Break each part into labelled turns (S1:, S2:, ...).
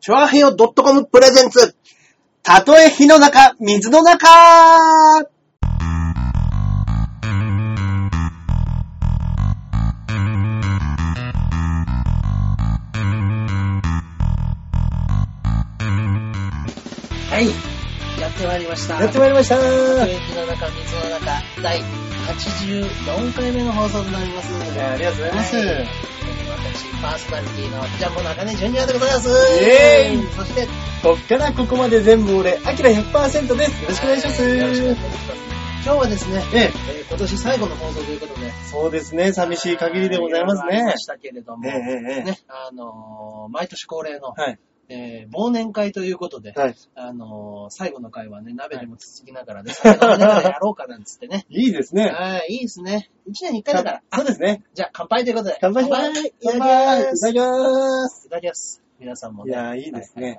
S1: チョアヘヨ .com プレゼンツ。たとえ火の中、水の中
S2: はい。やってまいりました。
S1: やってまいりました
S2: たとえ火の中、水の中、第84回目の放送となります。
S1: ありがとうございます
S2: は私、パーソナリティのジャンボ中根ジュニアでございます。
S1: イェーイ
S2: そして、よ
S1: こっからここまで全部俺、アキラ100%です。よろしくお願いします。
S2: よろしくお願いします。今日はですね、
S1: ええ
S2: えー今年最後の放送ということで、
S1: そうですね、寂しい限りでございます
S2: あり
S1: ね
S2: ま。したけれども、
S1: ええええええ
S2: ね、あのー毎年恒例の、
S1: はい。
S2: えー忘年会ということで、
S1: はい。
S2: あのー最後の回はね、鍋でもつつきながら ですね、鍋でもやろうかなんつってね。
S1: いいですね。
S2: はい、いいですね。一年に一回だから。
S1: そうですね。
S2: じゃあ乾杯ということで。
S1: 乾杯します。
S2: 乾いた
S1: 乾
S2: だき
S1: 杯。い
S2: ま
S1: ただ
S2: す。
S1: きます。
S2: いただきます。皆さんも
S1: い
S2: ね。
S1: やー、いいですね。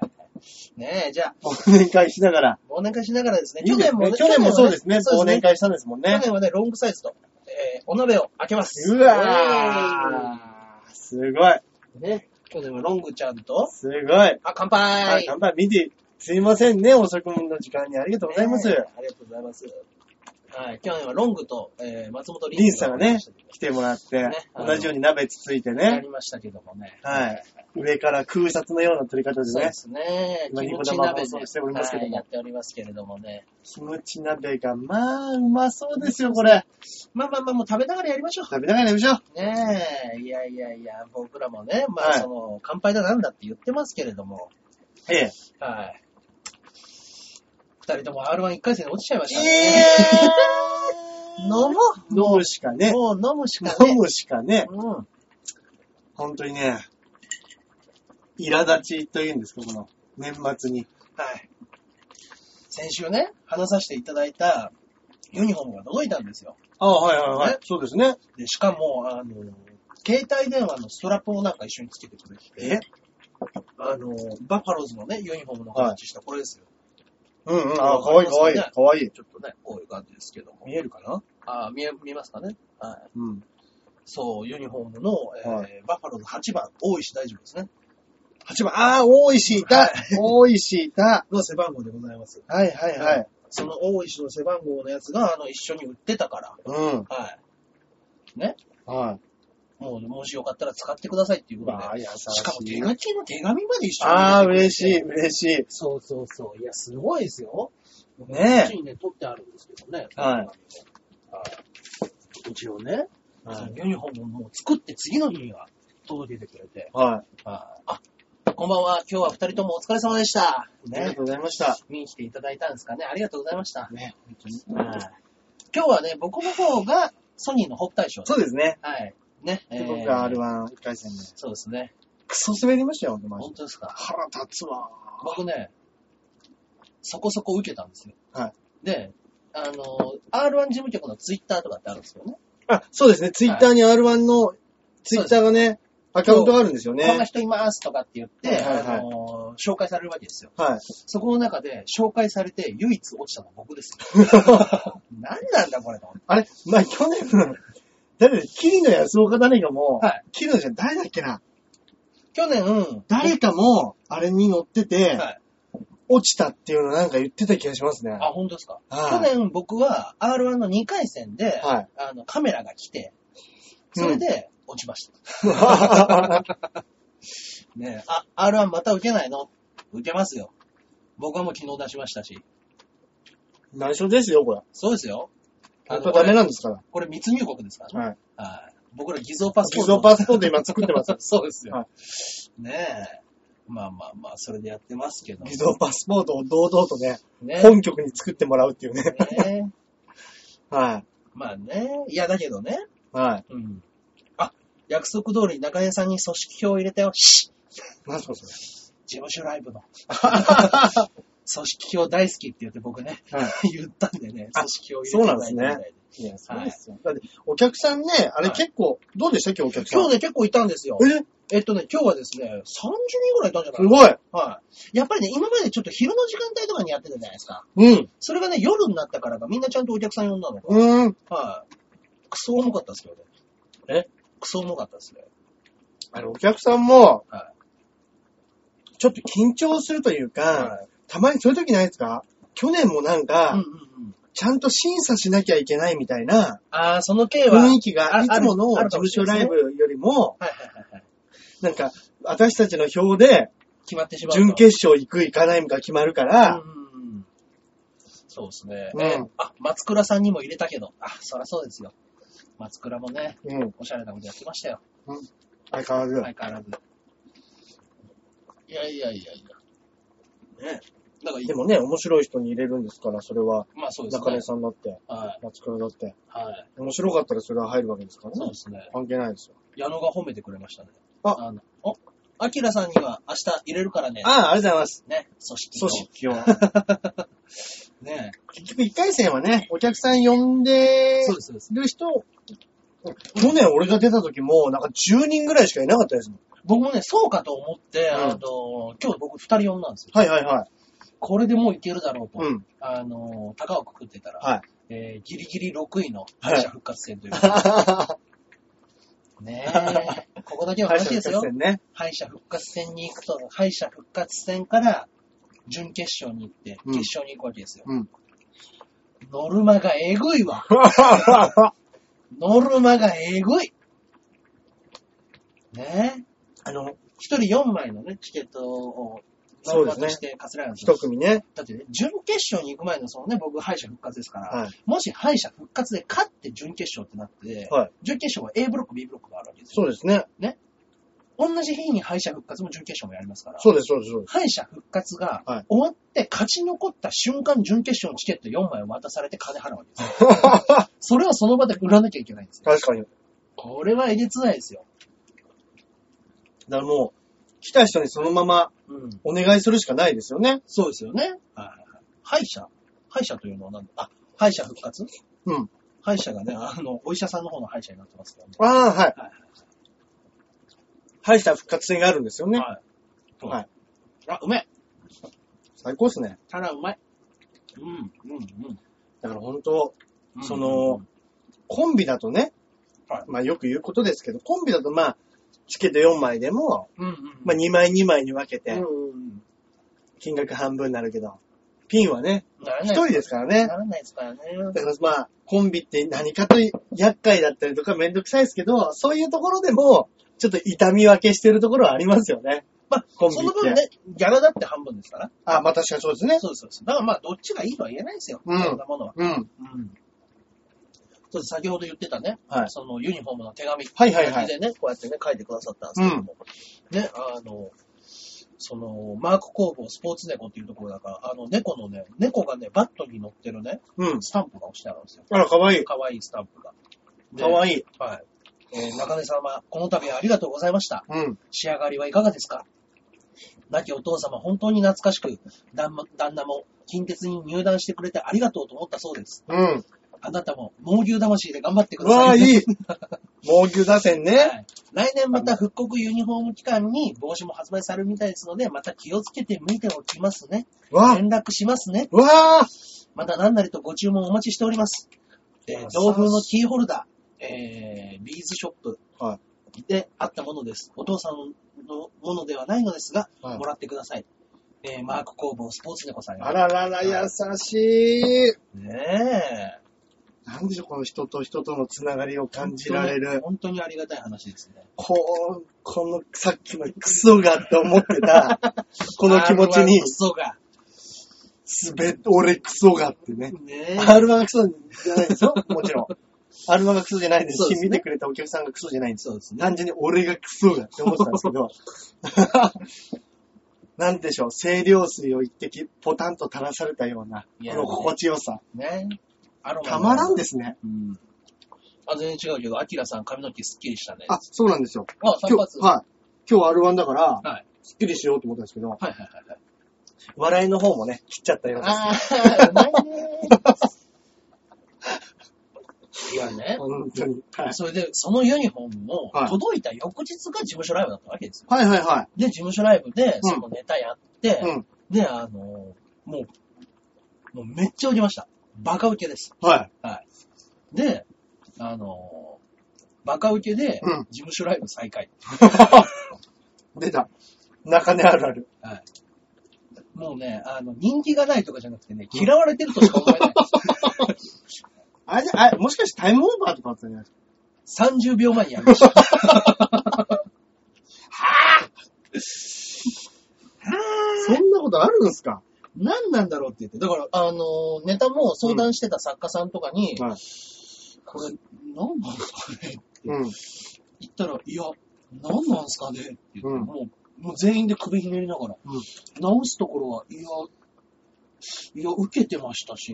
S2: ねえ、じゃあ、
S1: 忘年会しながら。
S2: 忘年会しながらですね。
S1: いいですね
S2: ね
S1: 去年もそうですね。忘
S2: そうで
S1: 年
S2: すね
S1: 会したんですもん
S2: 去
S1: ね。
S2: 年はね、ロングサイズと、えー、お鍋を開けます。
S1: うわー。すごい。
S2: ーね、去年はロングちゃんと、
S1: すごい。
S2: あ、乾
S1: は
S2: 杯
S1: い、乾杯見て、すいませんね、遅くの時間にありがとうございます。
S2: ねえありがとうございます。はい、去年はロングと、えー、松本リ
S1: リ
S2: ン
S1: ンスさんがね、来てもらって、
S2: ね
S1: 同じように鍋つついて
S2: や
S1: ね
S2: り、ましたけどもね。
S1: はい。上から空撮のような撮り方で
S2: そう
S1: ね
S2: で、すね。
S1: 今
S2: キ
S1: ニコ
S2: ムチ
S1: 生
S2: 鍋
S1: 放
S2: で
S1: 送しておりますけども
S2: はいやっておりますけれどもね。
S1: キムチ鍋が、まあ、うまそうですよ、これ。
S2: まあまあまあ、もう食べながらやりましょう。
S1: 食べながらやりましょう。
S2: ねえ、いやいやいや、僕らもね、ま
S1: は
S2: あ、
S1: い
S2: その、乾杯だなんだって言ってますけれども、
S1: ええ。
S2: はい。二人とも R11 回戦で落ちちゃいましたね。飲も
S1: 飲むしか
S2: う
S1: ね。
S2: もう飲むしかね。
S1: 飲むしかね。
S2: うん。
S1: 本当にね、苛立ちというんですか、この、年末に。
S2: はい。先週ね、話させていただいたユニフォームが届いたんですよ。
S1: ああ、はいはい
S2: ね
S1: そうですね。
S2: で、しかも、あの、携帯電話のストラップもなんか一緒につけてくれてて、
S1: え
S2: あの、バファローズのね、ユニフォームの形したこれですよ。
S1: うんうん。ああ、かわいいかわいい。かわいい。
S2: ちょっとね、こういう感じですけども。
S1: 見えるかな
S2: あー見え、見えますかね。はい。
S1: うん。
S2: そう、ユニフォームの、えー
S1: は
S2: バッファローズ8番、大石大丈夫ですね。
S1: 8番、ああ、大石いた。大石いた。
S2: の背番号でございます。
S1: はいはいはい。
S2: その大石の背番号のやつが、あの、一緒に売ってたか
S1: うん。
S2: ら、はい。
S1: は
S2: もう、もしよかったら使ってくださいっていう
S1: い。
S2: こと
S1: わあ、
S2: で。
S1: 優しい。
S2: しかも手書きの手紙まで一緒に
S1: ああ、
S2: 入れてくれて
S1: 嬉しい、。嬉しい。
S2: そうそうそう。いや、すごいですよ。
S1: ねえ
S2: こっちにね、取ってあるんですけどね。
S1: はい
S2: い。うちをね、
S1: はい
S2: そのユニフォームをもう作って次の日には届けてくれて。
S1: はい。
S2: はいあ、こんばんは。今日は二人ともお疲れ様でした。
S1: ありが
S2: ね。
S1: とうございました。
S2: 見に来ていただいたんですかね。ありがとうございました。
S1: ね、本当に。
S2: はい今日はね、僕の方がソニーの北大賞。
S1: そうですね。
S2: はい。ね。
S1: で
S2: えー
S1: 僕が R11 回戦で。
S2: そうですね。
S1: クソ滑りましたよ、マジ
S2: 本
S1: で。
S2: 当ですか。
S1: 腹立つわ。
S2: 僕ね、そこそこ受けたんですよ。
S1: はい
S2: で、あの、R1 事務局のツイッターとかってあるんですよね。
S1: あ、そうですね。ツイッターに R1 の、ツイッターがね、アカウントがあるんですよ
S2: こんな
S1: ね。
S2: 人いますとかって言って、
S1: はいはいはい
S2: あの、紹介されるわけですよ。
S1: はい。
S2: そこの中で紹介されて唯一落ちたのは僕ですよ。 何なんだこれと思って
S1: あれまあ、去年の、誰だっけキリノ安岡誰かも、
S2: はい
S1: キリノじゃん、誰だっけな
S2: 去年、
S1: 誰かも、あれに乗ってて、
S2: はい
S1: 落ちたっていうのなんか言ってた気がしますね。
S2: あ、本当ですか。去
S1: はい。
S2: 年僕は R1 の2回戦で、
S1: はい。
S2: あの、カメラが来て、それで落ちました。ねえあ、R1 また受けないの受けますよ。僕はもう昨日出しましたし。
S1: 内緒ですよ、これ。
S2: そうですよ。あ
S1: 本
S2: の
S1: 当
S2: こ
S1: ダメ
S2: れ
S1: なんですから。
S2: これ密入国ですからね。
S1: はい。
S2: はい。僕ら偽造パスポ
S1: 偽
S2: ート。
S1: 造パスポート今作ってます。
S2: そうですよ。
S1: は
S2: ねえ。まあまあまあ、それでやってますけど。
S1: 偽造パスポートを堂々とね、
S2: ねえ。
S1: 本局に作ってもらうっていうね。
S2: ねえ
S1: はい。
S2: まあね。いや、だけどね。
S1: はい。
S2: うん。あ、約束通り中根さんに組織票を入れたよ。し
S1: なんすかそれ。
S2: 事務所ライ ブの。組織票大好きって言って僕ね、
S1: はい。
S2: 言ったんでね、
S1: あ
S2: 組織票入れていただいたみたい
S1: そうなん
S2: で。
S1: いや、そうですよ。だって、お客さんね、あれ結構、どうでした今日お客さん。
S2: 今日ね、結構いたんですよ。
S1: ね、え
S2: えっとね、今日はですね、30人ぐらいいたんじゃない
S1: すごい
S2: はい。やっぱりね、今までちょっと昼の時間帯とかにやってたじゃないですか。
S1: うん
S2: それがね、夜になったからか、みんなちゃんとお客さん呼んだのか。
S1: うーん。
S2: はい。クソ重かったですけどね。えクソ重かったですね。
S1: あれ、お客さんも、
S2: は
S1: ちょっと緊張するというか、
S2: はい
S1: たまにそういう時ないですか去年もなんか、
S2: うんうんうん。
S1: ちゃんと審査しなきゃいけないみたいな
S2: ああ、その系
S1: 雰囲
S2: は。はい
S1: 気が、
S2: あ
S1: いつもの事
S2: あるあるかも
S1: 務
S2: し
S1: 所
S2: れない
S1: ラ
S2: で
S1: イ
S2: すね
S1: ブよりも、
S2: はいはいはい。
S1: なんか、私たちの票で、
S2: 決まってしまうと。
S1: 準決勝行く行かないみたいな決まるから、
S2: うんうんうん。そうですね。
S1: うん
S2: えーあ、松倉さんにも入れたけど。あ、そらそうですよ。松倉もね、
S1: うん、
S2: おしゃれなことやってましたよ。
S1: 相変わらず。
S2: 相変わらず。いやいやいやいや。ね。だから、
S1: でもね、面白い人に入れるんですから、それは、
S2: まあそうですね。
S1: 中根さんだって、
S2: はい。
S1: 松倉だって。
S2: はい。
S1: 面白かったらそれは入るわけですから
S2: そう
S1: ね
S2: で。すね。
S1: 関係ないですよ。
S2: 矢野が褒めてくれましたね。
S1: あ
S2: あの、お、アキラさんには明日入れるからね。
S1: ああ、ありがとうございます。
S2: ね。組織
S1: 組
S2: の。
S1: 織を。
S2: ね。
S1: 結局1回戦はね、お客さん呼んで
S2: そうです、そうです。
S1: る人、去年俺が出た時も、なんか10人ぐらいしかいなかったですもん。
S2: 僕もね、そうかと思って、
S1: うん
S2: あの、今日僕二人呼んだんですよ。
S1: はいはいはい。
S2: これでもういけるだろうと。
S1: うん。
S2: あの、高をくくってたら、
S1: はい
S2: えーギリギリ6位の敗者復活戦という。ねえ、ここだけは
S1: 敗
S2: 話
S1: 者
S2: で
S1: 復
S2: すよ
S1: 活。戦 ね。
S2: 敗者復活戦に行くと、敗者復活戦から準決勝に行って、
S1: うん
S2: 決勝に行くわけですよ。
S1: うん
S2: ノルマがえぐいわ。ノルマがえぐい。ねえ、
S1: あの、
S2: 一人4枚のね、チケットを、ノ
S1: そう
S2: ル
S1: で
S2: マ
S1: すね
S2: として、カツラ
S1: 一組ね。
S2: だってね、準決勝に行く前のそのね、僕敗者復活ですから、
S1: はい
S2: もし敗者復活で勝って準決勝ってなって、
S1: はい
S2: 準決勝は A ブロック、B ブロックがあるわけです
S1: そ
S2: よ。
S1: うですね。
S2: 同じ日に敗者復活も準決勝もやりますから、
S1: そうです、そうです、そうで
S2: 敗者復活が
S1: はい
S2: 終わって勝ち残った瞬間、準決勝のチケット4枚を渡されて金払うわけですよ。 それをその場で売らなきゃいけないんですよ。
S1: す。確かに。
S2: これはえげつないですよ。
S1: だからもう、来た人にそのまま
S2: うん。
S1: お願いするしかないですよね。
S2: そうですよね。はいはいはい敗者敗者というのは何だあ、敗者復活
S1: うん。
S2: 敗者がね、あの、お医者さんの方の敗者になってますけどね。
S1: ああ、はい
S2: はい。
S1: 敗者復活戦があるんですよね。
S2: はい。
S1: はい
S2: あ、うめえ。
S1: 最高ですね。
S2: ただうまい。うん、うん、
S1: だから本当、
S2: うん。
S1: その、コンビだとね、
S2: はい
S1: まあよく言うことですけど、コンビだとまあ、チケット4枚でも、
S2: うん、うん。
S1: まあ2枚2枚に分け
S2: うん
S1: て、
S2: うん
S1: 金額半分になるけど、ピンはね、
S2: なら
S1: 1
S2: ない
S1: 人ですからね
S2: な。らないですからね。
S1: だからまあ、コンビって何かと厄介だったりとかめんどくさいですけど、そういうところでも、ちょっと痛み分けしてるところはありますよね。
S2: まあ、
S1: コンビ
S2: そ
S1: って
S2: の分ね、ギャラだって半分ですから。
S1: あ、まあ確かにそうですね。
S2: そうです、そうです。だからまあ、どっちがいいとは言えないですよ。
S1: うん
S2: そんなものは。
S1: うん。
S2: うん。そうです先ほど言ってたね、
S1: はい
S2: そのユニフォームの手紙。
S1: はいはいはい
S2: 手紙でね、こうやってね、書いてくださったんですけども。ね、あの、その、マーク工房スポーツ猫っていうところだから、あの、猫のね、猫がね、バットに乗ってるね、
S1: うん。
S2: スタンプが押してあるんですよ。
S1: あら、かわいい。
S2: かわいいスタンプが。
S1: かわ
S2: い
S1: いい。
S2: い。はい。えー中根様、この度はありがとうございました。
S1: うん。
S2: 仕上がりはいかがですか亡きお父様、本当に懐かしく、旦旦那も近鉄に入団してくれてありがとうと思ったそうです。
S1: うん。
S2: あなたも、猛牛魂で頑張ってく
S1: う
S2: ださい。
S1: わあ、いい。猛牛打線
S2: は
S1: ね。
S2: い来年また復刻ユニフォーム期間に帽子も発売されるみたいですので、また気をつけて見ておきますね。
S1: わあ、
S2: 連絡しますね。
S1: わあ、
S2: また何なりとご注文お待ちしております。えー、同封のキーホルダー、えー、ビーズショップ
S1: は
S2: であったものです。お父さんのものではないのですが、
S1: はい
S2: もらってください。えー、マーク工房スポーツ猫さんよ
S1: あららら、優しい。
S2: ねえ。
S1: なんでしょう、この人と人とのつながりを感じられる。
S2: 本当にありがたい話ですね。
S1: こう、この、さっきのクソがって思って た、この気持ちに
S2: R1 ク、ソが。
S1: すべ、俺クソがってね。
S2: ね
S1: R1 がクソじゃないですよ、もちろん。R1 がクソじゃないです
S2: そうで
S1: し、
S2: すね
S1: 見てくれたお客さんがクソじゃないん
S2: え。
S1: です。
S2: そうですね。
S1: 単純に俺がクソがって思ってたんですけど。 なんでしょう、清涼水を一滴ポタンと垂らされたような、こ
S2: いや
S1: の心地よさ。
S2: ねアロマ
S1: たまらんですね。
S2: うん。あ、全然違うけど、アキラさん髪の毛スッキリしたね。
S1: あ、そうなんですよ。
S2: あ、散
S1: 今日、
S2: 髪。
S1: はい。今日 R1 だから、
S2: はい。
S1: スッキリしようと思ったんですけど、
S2: はいはいはいはい。
S1: 笑いの方もね、切っちゃったようです。
S2: ああ、うまいね。いやね、
S1: 本当に。はい。
S2: それで、そのユニフォームも
S1: はい
S2: 届いた翌日が事務所ライブだったわけですよ。
S1: はいはいは
S2: で、事務所ライブで、
S1: うん
S2: そのネタやって、
S1: い。うん。
S2: で、あのー、もう、もうめっちゃ売りました。バカウケです。
S1: はい。
S2: で、あのー、バカウケで
S1: うん、
S2: 事務所ライブ再開。
S1: 出た。中根あるある。
S2: はい。もうね、あの、人気がないとかじゃなくてね、嫌われてるとしか思 えない。
S1: あれじゃ、あれ、もしかしてタイムオーバーとかあったんじゃないですか
S2: 30秒前にやりました。
S1: そんなことあるんですか
S2: 何なんだろうって言って。だから、あの、ネタも相談してた作家さんとかに、
S1: はい。
S2: これ、何なんですかね
S1: うん。
S2: 言ったら、いや、何なんすかねって言って、
S1: うん
S2: もう、もう全員で首ひねりながら、
S1: うん
S2: 直すところは、いや、いや、受けてました し、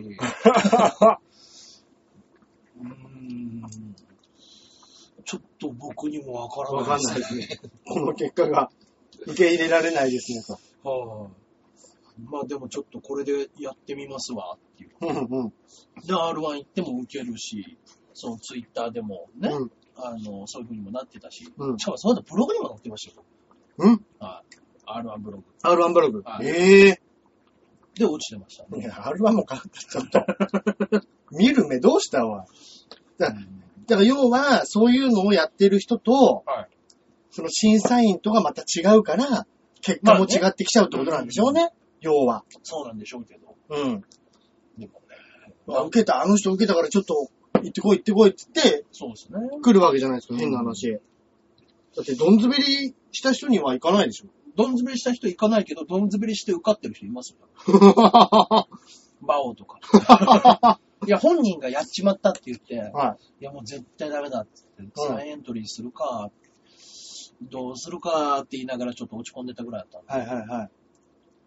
S2: うーん、ちょっと僕にもわから
S1: わ
S2: な
S1: か
S2: い
S1: んないです
S2: ね。
S1: ね。 この結果が受け入れられないですね、と。
S2: はいまあでもちょっとこれでやってみますわ、っていう。
S1: うんうん。
S2: で、R1 行っても受けるし、そのツイッターでもね、
S1: うん
S2: あの、そういう風にもなってたし、
S1: うん
S2: しかもそうだブログにも載ってましたよ。
S1: うん
S2: はい。R1 ブログ。
S1: ?R1 ブログ
S2: はい
S1: ええ
S2: で、落ちてましたね。
S1: いや、R1 も買った、ちょっと。 見る目どうしたわ。だだから要は、そういうのをやってる人と、
S2: はい
S1: その審査員とがまた違うから、結果も違ってきちゃうってことなんでしょうね。要は。
S2: そうなんでしょうけど。
S1: うん。
S2: でもね。
S1: あ受けた、あの人受けたからちょっと、行ってこい行ってこいって言って、
S2: そうですね。
S1: 来るわけじゃないですか、変な話。だって、どんずべりした人には行かないでしょ。
S2: どんずべりした人行かないけど、どんずべりして受かってる人いますよ。 馬王と か。いや、本人がやっちまったって言って、
S1: はい
S2: や、もう絶対ダメだって言って、再エントリーするか、どうするかって言いながらちょっと落ち込んでたぐらいだったん
S1: い。はいはいはい。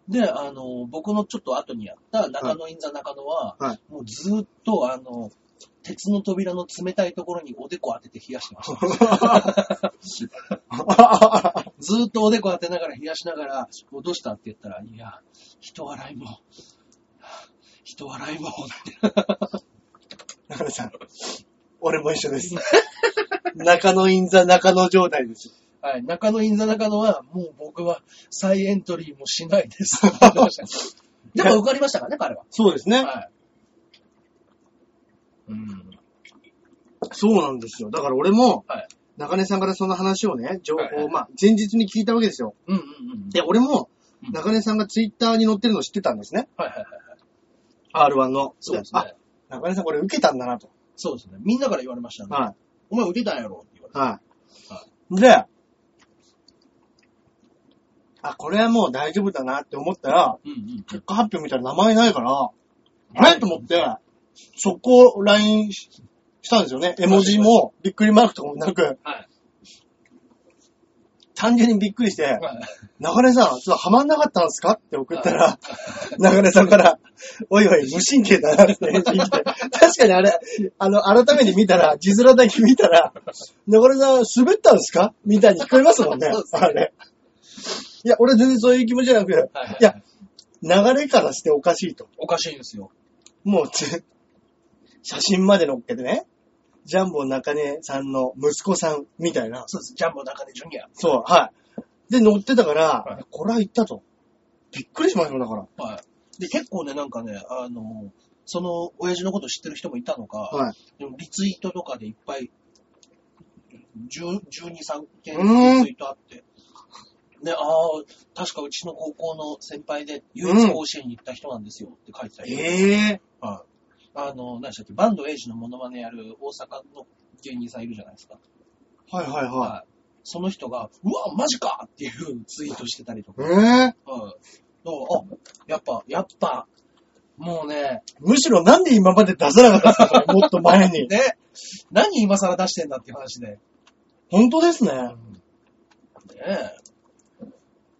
S2: で。で、あの、僕のちょっと後にやった中野インザ中野は、
S1: はい
S2: もうずーっと、あの、鉄の扉の冷たいところにおでこ当てて冷やしてまし た。ずーっとおでこ当てながら冷やしながら、もうどうしたって言ったら、いや、人笑いも、人笑いもって。
S1: 中野さん、俺も一緒です。中野インザ中野状態です。
S2: はい、中野インザ中野は、もう僕は再エントリーもしな いですって言ってました。でも受かりましたからね、彼は。
S1: そうですね。
S2: はい。うん。
S1: そうなんですよ。だから俺も、
S2: はい
S1: 中根さんからその話をね、情報を、
S2: はいはい
S1: まあ、前日に聞いたわけですよ。
S2: うんうんうん。
S1: で、俺も
S2: う、ん
S1: 中根さんがツイッターに載ってるの知ってたんですね。
S2: はいはいはい。
S1: R1 の。
S2: そうですね。
S1: あ、中根さんこれ受けたんだなと。
S2: そうですね。みんなから言われましたね。
S1: は
S2: お前受けたんやろって言われ
S1: い。
S2: て。
S1: はい。で、あ、これはもう大丈夫だなって思ったら、
S2: うんうん。
S1: 結果発表見たら名前ないから、
S2: い
S1: あれと思って、速攻 LINE ししたんですよね。絵文字も、びっくりマークとかもなく、
S2: はい
S1: 単純にびっくりして、
S2: はい
S1: 中根さん、ちょっとハマんなかったんですかって送った ら、中根さんから、おいおい、無神経だなって返信来て、確かにあれ、あの、改めて見たら、字面だけ見たら、中根さん、滑ったんですかみたいに聞こえますもんね
S2: そうで。すね
S1: あれ。いや、俺全然そういう気持ちじゃなく、
S2: はいはい
S1: いや、流れからしておかしいと。
S2: おかしいんですよ。
S1: もうつ、写真まで載っけてね、ジャンボ中根さんの息子さんみたいな。
S2: そうです。ジャンボ中根ジュニア。
S1: そう、はい。で、載ってたから、
S2: はい
S1: これは行ったと。びっくりしましたよ、だから。
S2: はい。で、結構ね、なんかね、あの、その、親父のこと知ってる人もいたのか、
S1: はい。
S2: でもリツイートとかでいっぱい、10 12、3件
S1: うん
S2: リツイートあって。で、ああ、確かうちの高校の先輩で唯一甲子園に行った人なんですよって書いてたり、
S1: ええ
S2: はいあの、何でしたっけ、バンドエイジのモノマネやる大阪の芸人さんいるじゃないですか。
S1: はいはいは
S2: はいその人が、うわ、マジかっていうツイートしてたりとか。
S1: い。ええ
S2: はいだからあ、やっぱ、やっぱ、もうね、
S1: むしろなんで今まで出さなかったんですか、それもっと前 に。
S2: ね、何今更出してんだっていう話で。
S1: 本当ですね。
S2: ねえ。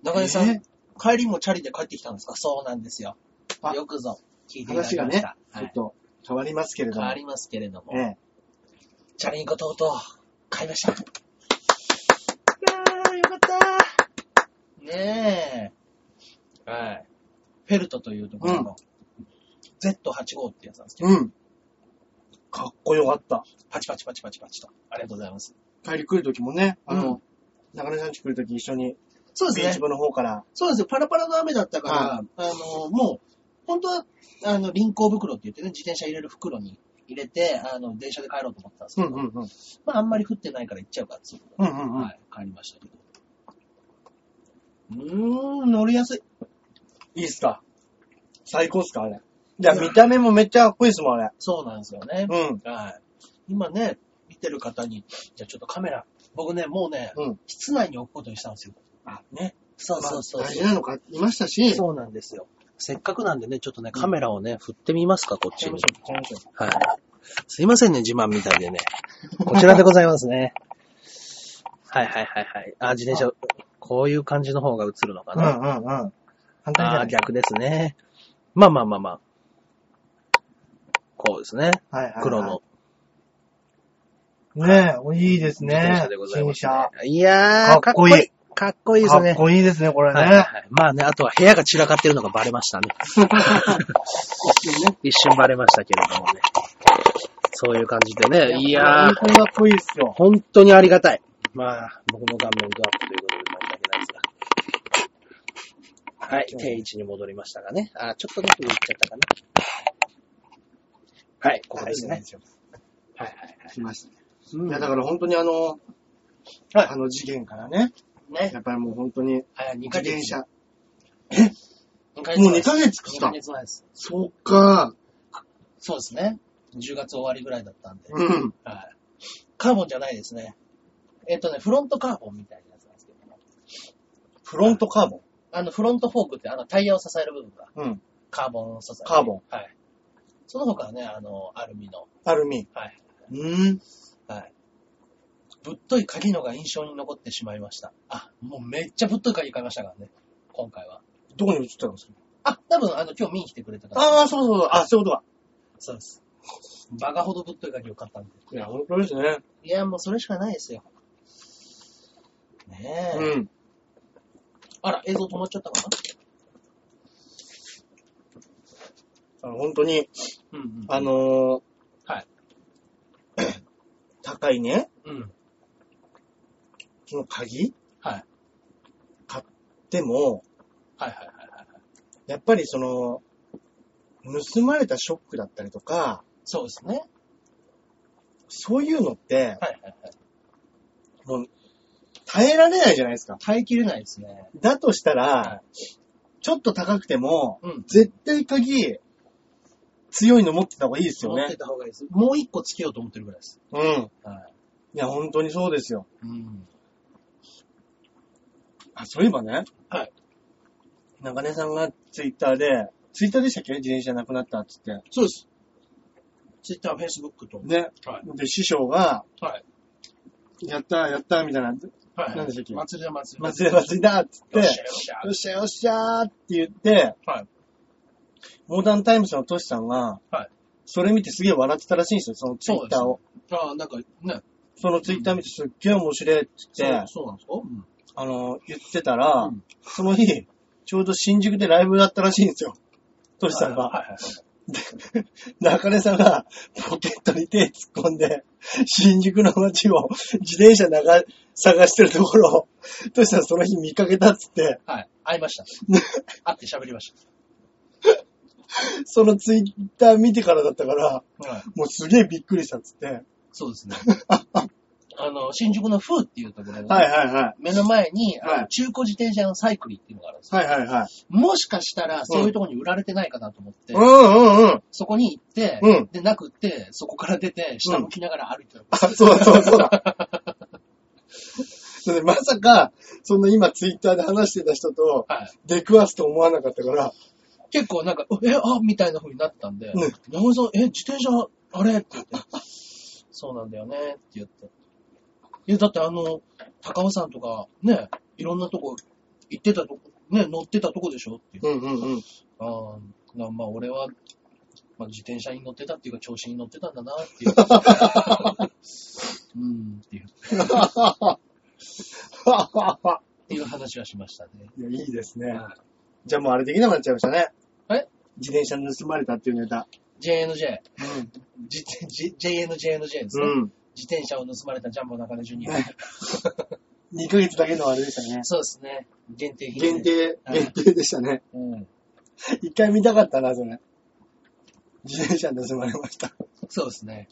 S2: 中根さん、
S1: え
S2: 帰りもチャリで帰ってきたんですかそうなんですよ
S1: あ。
S2: よくぞ、聞いていただ
S1: 話
S2: き
S1: が
S2: まし
S1: ね
S2: た。、は
S1: ちょっ
S2: い、
S1: と変わりますけれど
S2: 変
S1: も。
S2: わりますけれども、
S1: ええ
S2: チャリンコとうとう、買いました。いやー、よかったねえ。はい。フェルトというところの、Z85 ってやつなんですけど、
S1: うん。かっこよかった。
S2: パチパチパチパチパチと。ありがとうございます。
S1: 帰り来るときもね、あ
S2: う
S1: の、中根さん家来るとき一緒に、
S2: そうです
S1: ビ
S2: ね
S1: ーチ。部の方から、
S2: そうですよ。パラパラの雨だったから、あの、もう、本当は、あの、輪行袋って言ってね、自転車入れる袋に入れて、あの、電車で帰ろうと思ってたんですけど、
S1: うんうん。
S2: まあ、あんまり降ってないから行っちゃうかっつうの
S1: うんうん
S2: で
S1: うん
S2: はい、帰りましたけど。うーん、乗りやすい。
S1: いいっすか最高っすかあれ。いや、見た目もめっちゃかっこいいっすもん、あれ。
S2: そうなんですよね。
S1: うん。
S2: はい。今ね、見てる方に、じゃあちょっとカメラ、僕ね、もうね、
S1: うん
S2: 室内に置くことにしたんですよ。
S1: あ、ね。
S2: そ
S1: まあ大事なの買いましたし。
S2: そうなんですよ。せっかくなんでね、ちょっとね、カメラをね、振ってみますか、こっち
S1: 買いま
S2: に
S1: し。ょう買いましょう
S2: はい。すいませんね、自慢みたいで ね。こちらでございますね。はいはいはいはい。あ、自転車、こういう感じの方が映るのか
S1: うん
S2: な。
S1: うんうん。反対じゃ
S2: あ
S1: な
S2: ー
S1: い
S2: 逆ですね。まあまあまあまあ。こうですね。
S1: はいはいはい
S2: 黒の。
S1: ねえ、おいいです
S2: 自
S1: ね。
S2: 転車でございます、
S1: 新
S2: ね
S1: 車。。
S2: いや
S1: か
S2: ー、か
S1: っ
S2: っ
S1: こ
S2: こ
S1: いい
S2: いい。かっこいいです
S1: か
S2: ね
S1: っ。こいいですね、これね。
S2: はいはいはいまあね、あとは部屋が散らかってるのがバレ ましたね。一瞬バレましたけれどもね。そういう感じでね。いや
S1: 本、
S2: ー
S1: 当にかっこいいっすよ。
S2: 本当にありがたい。まあ、僕の画面ドアップということで申し訳ないですが。はい、定位置に戻りましたがね。あ、ちょっとだけ行っちゃったかな。はい、ここですね。。はいはい
S1: 来ましたね。
S2: はい。
S1: いや、だから本当にあの、
S2: はい
S1: あの事件からね、
S2: らね、
S1: やっぱりもう本当に、
S2: はい、2
S1: 自
S2: ヶ
S1: 転
S2: 月。
S1: 車。
S2: 2ヶ
S1: もう2
S2: 前
S1: ヶ月
S2: です
S1: 来
S2: 2
S1: た
S2: ヶ。月前です。
S1: そっか。
S2: そうですね。10月終わりぐらいだったんで。
S1: うん。
S2: はい。カーボンじゃないですね。えっ、とね、フロントカーボンみたいなやつなんですけども。
S1: フロントカーボン。
S2: あの、フロントフォークってあの、タイヤを支える部分が
S1: うん。
S2: カーボン素材。
S1: カーボン。
S2: はい。その他はね、あの、アルミの。
S1: アルミ。
S2: はい。
S1: うん。
S2: はい。ぶっとい鍵のが印象に残ってしまいました。あ、もうめっちゃぶっとい鍵買いましたからね。今回は。
S1: どこに映ってたんですか
S2: あ、多分あの、今日見に来てくれた方。
S1: ああ、そうそうそう。あ、そういうことか。
S2: そうです。バカほどぶっとい鍵を買ったんで。
S1: いや、本当ですね。
S2: いや、もうそれしかないですよ。ねえ。
S1: うん。
S2: あら、映像止まっちゃったか
S1: あの本当に、
S2: なうんうん
S1: あ、のー
S2: はい。
S1: 高いね、
S2: うん。
S1: その鍵
S2: はい。
S1: でも、
S2: はいはいはいはい。
S1: やっぱりその、盗まれたショックだったりとか、
S2: そうですね。
S1: そういうのって、
S2: はいはいはい。
S1: 耐えられないじゃないですか。
S2: 耐えきれないですね。
S1: だとした
S2: は
S1: ら、ちょっと高くても、
S2: うん。
S1: 絶対鍵、強いの持ってた方がいいですよ
S2: 持って
S1: ね。
S2: た方がいいです。もう一個つけようと思ってるぐらいです。
S1: うん。
S2: はい。
S1: いや、本当にそうですよ。
S2: うん。
S1: あ、そういえばね。
S2: はい。
S1: 中根さんがツイッターで、ツイッターでしたっけ自転車なくなったっつって。
S2: そうです。ツイッター、フェイスブックと。
S1: ね。
S2: はい。
S1: で、師匠が、
S2: はい。
S1: やったーやったーみたいな、
S2: はい。
S1: 何でしたっけ
S2: 祭りだ祭りだ。
S1: 祭り祭りだっつって、
S2: よ
S1: よ
S2: っしゃ
S1: っしゃ
S2: よっしゃ。
S1: よっしゃーって言って、
S2: はい。
S1: モーダンタイムズのトシさんが、
S2: はい
S1: それ見てすげえ笑ってたらしいんですよ、そのツイッターを。
S2: ああ、なんかね。
S1: そのツイッター見てすっげえ面白いって
S2: そ
S1: 言って
S2: う、そうなんですかうん。
S1: あの、言ってたら、
S2: うん
S1: その日、ちょうど新宿でライブだったらしいんですよ。トシさん
S2: は
S1: が。
S2: いはいはい。
S1: 中根さんがポケットに手突っ込んで、新宿の街を自転車なが探してるところを、トシさんその日見かけたっつって、
S2: はい。会いました。会って喋りまし
S1: そのツイッター見てからだったから、
S2: た。はい。
S1: もうすげえびっくりしたっつって。はい
S2: そうですね。あの、新宿の風っていうところでね
S1: はいはい。
S2: 目の前に、あの
S1: はい
S2: 中古自転車のサイクリーっていうのがあるんですよ
S1: はいはいはい。
S2: もしかしたら、そういうところに売られてないかなと思って、
S1: うんうんうん。
S2: そこに行って、
S1: うん
S2: で、なくって、そこから出て、下向きながら歩いてたの、
S1: あ、そうだそうだそうだ。それでまさか、その今ツイッターで話してた人と
S2: はい。
S1: 出くわすと思わなかったから、
S2: 結構なんか、え、あ、みたいな風になったんで、
S1: うん
S2: 長井さん、え、自転車、あれって言って、そうなんだよね、って言って。え、だってあの、高尾山とか、ね、いろんなとこ行ってたとこ、ね、乗ってたとこでしょって言って。
S1: うんうん うん。
S2: ああ、なまあ俺は、まあ、自転車に乗ってたっていうか、調子に乗ってたんだな、ってい う。うん、っていう。っていう話はしましたね。
S1: いや、いいですね。
S2: はい
S1: じゃあもうあれできなくなっちゃいましたね。
S2: え
S1: 自転車盗まれたっていうネタ。
S2: JNJ。じじ JNJNJ ですね、
S1: うん。
S2: 自転車を盗まれたジャンボ中根ジュニア。
S1: ね2ヶ月だけのあれでしたね。
S2: そうですね。限定品。
S1: 限。定、
S2: はい
S1: 限定でしたね。
S2: うん。
S1: 一回見たかったな、それ。自転車盗まれました。
S2: そうですね。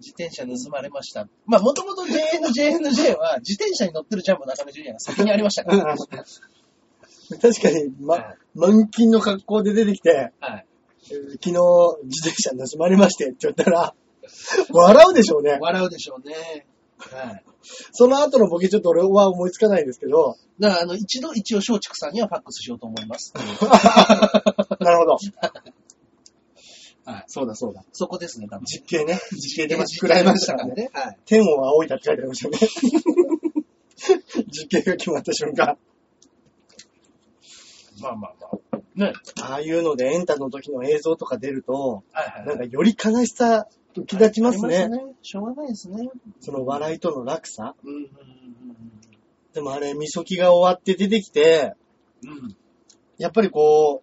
S2: 自転車盗まれました。まあ、もともと JNJNJ は、自転車に乗ってるジャンボ中根ジュニアが先にありましたか
S1: うん
S2: ら。
S1: 確かに、ま、満勤の格好で出てきて、
S2: はい。
S1: えー昨日自転車盗まれましてって言ったら、笑うでしょうね。
S2: 笑うでしょうね。はい。
S1: その後のボケちょっと俺は思いつかないんですけど、
S2: だから、あの、一度、一応、松竹さんにはファックスしようと思います。
S1: なるほ ど。
S2: はい。
S1: そうだそうだ。
S2: そこですね、多分。
S1: 実刑 ね。実刑で
S2: 実
S1: 食
S2: 験
S1: らいましたからね。
S2: ね。はい。
S1: 天を仰いだって書いてありましたね。 実刑が決まった瞬間。
S2: まあまあまあ。ね。
S1: ああいうのでエンタの時の映像とか出ると、
S2: はいはいはい。
S1: なんかより悲しさ浮き立ちます
S2: あ
S1: ね
S2: り。しょうがないですね。
S1: その笑いとの落差。
S2: うんうん
S1: でもあれ、みそきが終わって出てきて、
S2: うんうん。うん。
S1: やっぱりこ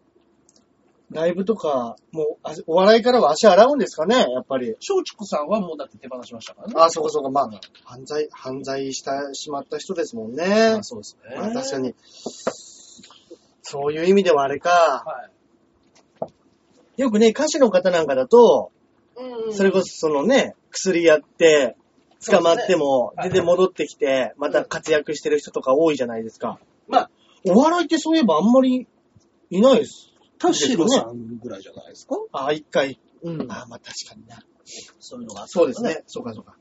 S1: う、ライブとか、もうあ、お笑いからは足洗うんですかね、やっぱり。
S2: 松竹さんはもうだって手放しましたからね。
S1: あ、そうかそうか、まあ
S2: うん、
S1: 犯罪、犯罪した、しまった人ですもんね
S2: まあ。そうですね。
S1: まあ、確か。に。そういう意味ではあれか。
S2: はい。
S1: よくね、歌手の方なんかだと、
S2: うん
S1: それこそそのね、薬やって、捕まっても、
S2: そうですね
S1: 出て戻ってきて、また活躍してる人とか多いじゃないですか。まあ、お笑いってそういえばあんまりいないです。
S2: 田代さんぐらいじゃないですか。
S1: あ、一回。
S2: うん
S1: あ、まあ確かにな。
S2: そういうのがあった
S1: そ
S2: ら
S1: うです。ね。そうかそうか。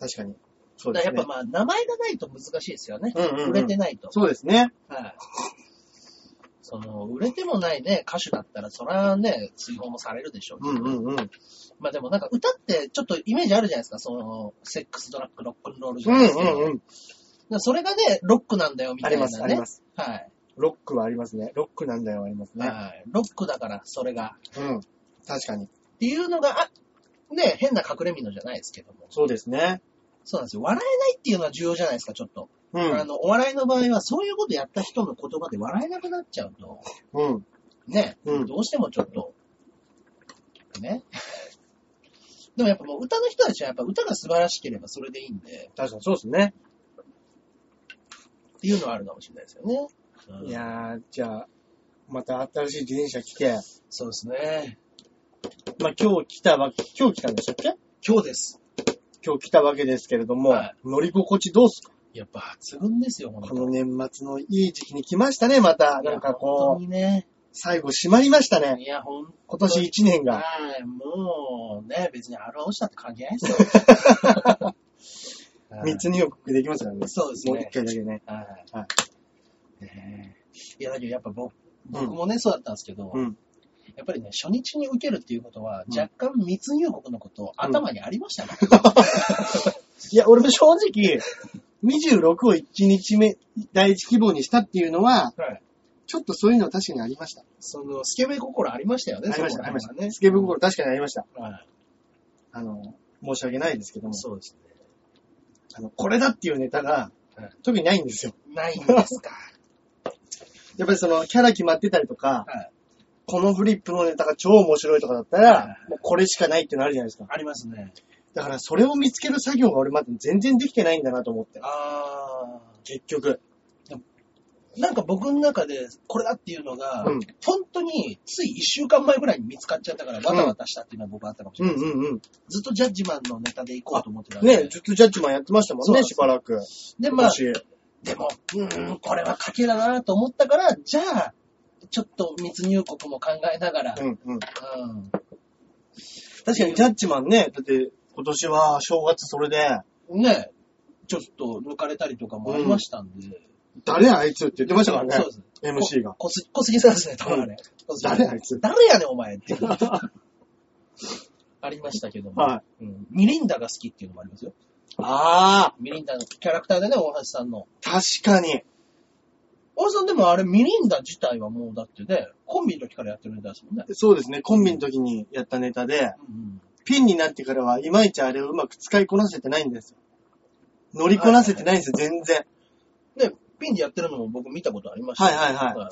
S1: 確かに。そ
S2: だ
S1: う
S2: か
S1: です
S2: らや
S1: ね。
S2: っぱまあ、名前がないと難しいですよね。
S1: うんうんうん
S2: 売れてないと。
S1: そうですね。
S2: はい。その、売れてもないね、歌手だったら、そらね、追放もされるでしょうけ
S1: う
S2: ど、
S1: んうんうん。
S2: まあでもなんか歌ってちょっとイメージあるじゃないですか。その、セックス、ドラッグ、ロックンロールじ
S1: う
S2: ゃ
S1: ん
S2: ないですか。
S1: うんうん。
S2: だからそれがね、ロックなんだよ、みた
S1: あ
S2: い
S1: り
S2: な、ね。。
S1: ます、ありますす。
S2: はい。
S1: ロックはありますね。ロックなんだよ、ありますね。
S2: はい。ロックだから、それが。
S1: うん。確かに。
S2: っていうのが、あね、変な隠れ身のじゃないですけども。
S1: そうですね。
S2: そうなんですよ。笑えないっていうのは重要じゃないですか、ちょっと。
S1: う
S2: あ
S1: ん。
S2: の、お笑いの場合は、そういうことやった人の言葉で笑えなくなっちゃうと、
S1: うん。
S2: ね、
S1: うん
S2: どうしてもちょっと、ね。 でもやっぱもう歌の人たちはやっぱ歌が素晴らしければそれでいいんで、
S1: 確かにそうですね。
S2: っていうのはあるかもしれないですよね。うん
S1: いやー、じゃあ、また新しい自転車来て、
S2: そうですね。
S1: まあ今日来たわけ、今日来たんでしたっけ
S2: 今日です。
S1: 今日来たわけですけれども、
S2: はい
S1: 乗り心地どうすか
S2: やっぱ抜群ですよ、本
S1: こ
S2: 当
S1: の
S2: に。
S1: 年末のいい時期に来ましたね、また。なんか
S2: いや本
S1: こ
S2: 当
S1: う、
S2: にね。
S1: 最後締まりましたね。
S2: いや、ほん
S1: 今年1年が。
S2: はい、もうね、別にあれをしたって関係ないですよ。はい
S1: 3つ入国できますからね。
S2: そうです
S1: もう
S2: ね
S1: 1。回だけね。
S2: はい。
S1: は
S2: ねえいや、だけどやっぱ僕僕もね、そうだったんですけど、
S1: うん
S2: やっぱりね、初日に受けるっていうことは、
S1: うん
S2: 若干密入国のこと、頭にありましたね。
S1: いや、俺も正直、26を1日目、第一希望にしたっていうのは、
S2: はい。
S1: ちょっとそういうのは確かにありました。
S2: その、スケベ心ありましたよね、
S1: ありました、ありま
S2: そこら
S1: し
S2: 辺は
S1: た。
S2: ね。
S1: スケブ心確かにありました。
S2: は
S1: あの、申し訳ないですけども
S2: い。、そうです
S1: あの、これだっていうネタが
S2: はい、
S1: 特にないんですよ。
S2: ね。ないんです か。
S1: やっぱりその、キャラ決まってたりとか、
S2: はい。
S1: このフリップのネタが超面白いとかだった
S2: は
S1: ら
S2: い、
S1: もうこれしかないってなるじゃないですか。
S2: ありますね。
S1: だからそれを見つける作業が俺まだ全然できてないんだなと思って。
S2: あ
S1: 結局。
S2: ー。なんか僕の中で、これだっていうのが、
S1: うん
S2: 本当に、つい一週間前ぐらいに見つかっちゃったから、わたわたしたっていうのは僕あったかもし
S1: う
S2: れ
S1: ん
S2: ないです。
S1: うんうん。
S2: ずっとジャッジマンのネタでいこうと思ってたんで。
S1: ね、ずっとジャッジマンやってましたもん
S2: そうな
S1: ね、
S2: んです
S1: しばらく。
S2: で、まあ
S1: 今、年。
S2: でも、うーん、これは賭けだなと思ったから、じゃあ、ちょっと密入国も考えながら、
S1: うんうん。
S2: うん。
S1: 確かにジャッジマンね、だって今年は正月それで、
S2: ね、ちょっと抜かれたりとかもありましたんで。
S1: 誰あいつって言ってましたからね
S2: そうです。
S1: MC が。
S2: こす、小杉さんですね、多分あれ。小杉さん
S1: 誰あいつ
S2: 誰やねん、お前っていう。ありましたけども、
S1: はい。
S2: うん。ミリンダが好きっていうのもありますよ。
S1: ああ、
S2: ミリンダのキャラクターでね、大橋さんの。
S1: 確かに。
S2: 大橋さんでもあれ、ミリンダ自体はもうだってね、コンビの時からやってるネタですもんね。
S1: そうですね、コンビの時にやったネタで、
S2: うん
S1: ピンになってからはいまいちあれをうまく使いこなせてないんですよ。乗りこなせてないんですよ、全然。
S2: うん。ね、ピンでやってるのも僕見たことありました
S1: はい
S2: よ。
S1: はいはい。
S2: はい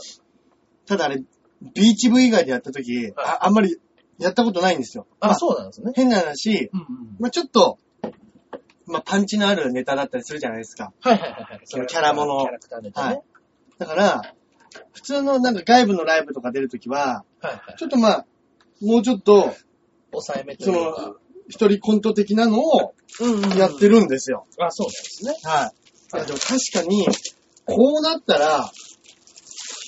S1: ただあれ、ビーチ部以外でやった時、ああんまりやったことないんですよ。ま
S2: あ、
S1: あ
S2: そうなんですね。
S1: 変な話、
S2: うんうん。
S1: まあ、ちょっと、まあ、パンチのあるネタだったりするじゃないですか。
S2: はいはいはいはい。
S1: そのキャラもの
S2: キャラクターネタね。
S1: だから、普通のなんか外部のライブとか出るときは、
S2: はいはい。
S1: ちょっとまあ、もうちょっと、
S2: 抑えめと
S1: そ
S2: いうか
S1: の。、一人コント的なのを
S2: うん、うん。
S1: やってるんですよ。
S2: あ、そうなんですね。
S1: はい。いや、でも確かに、こうなったら、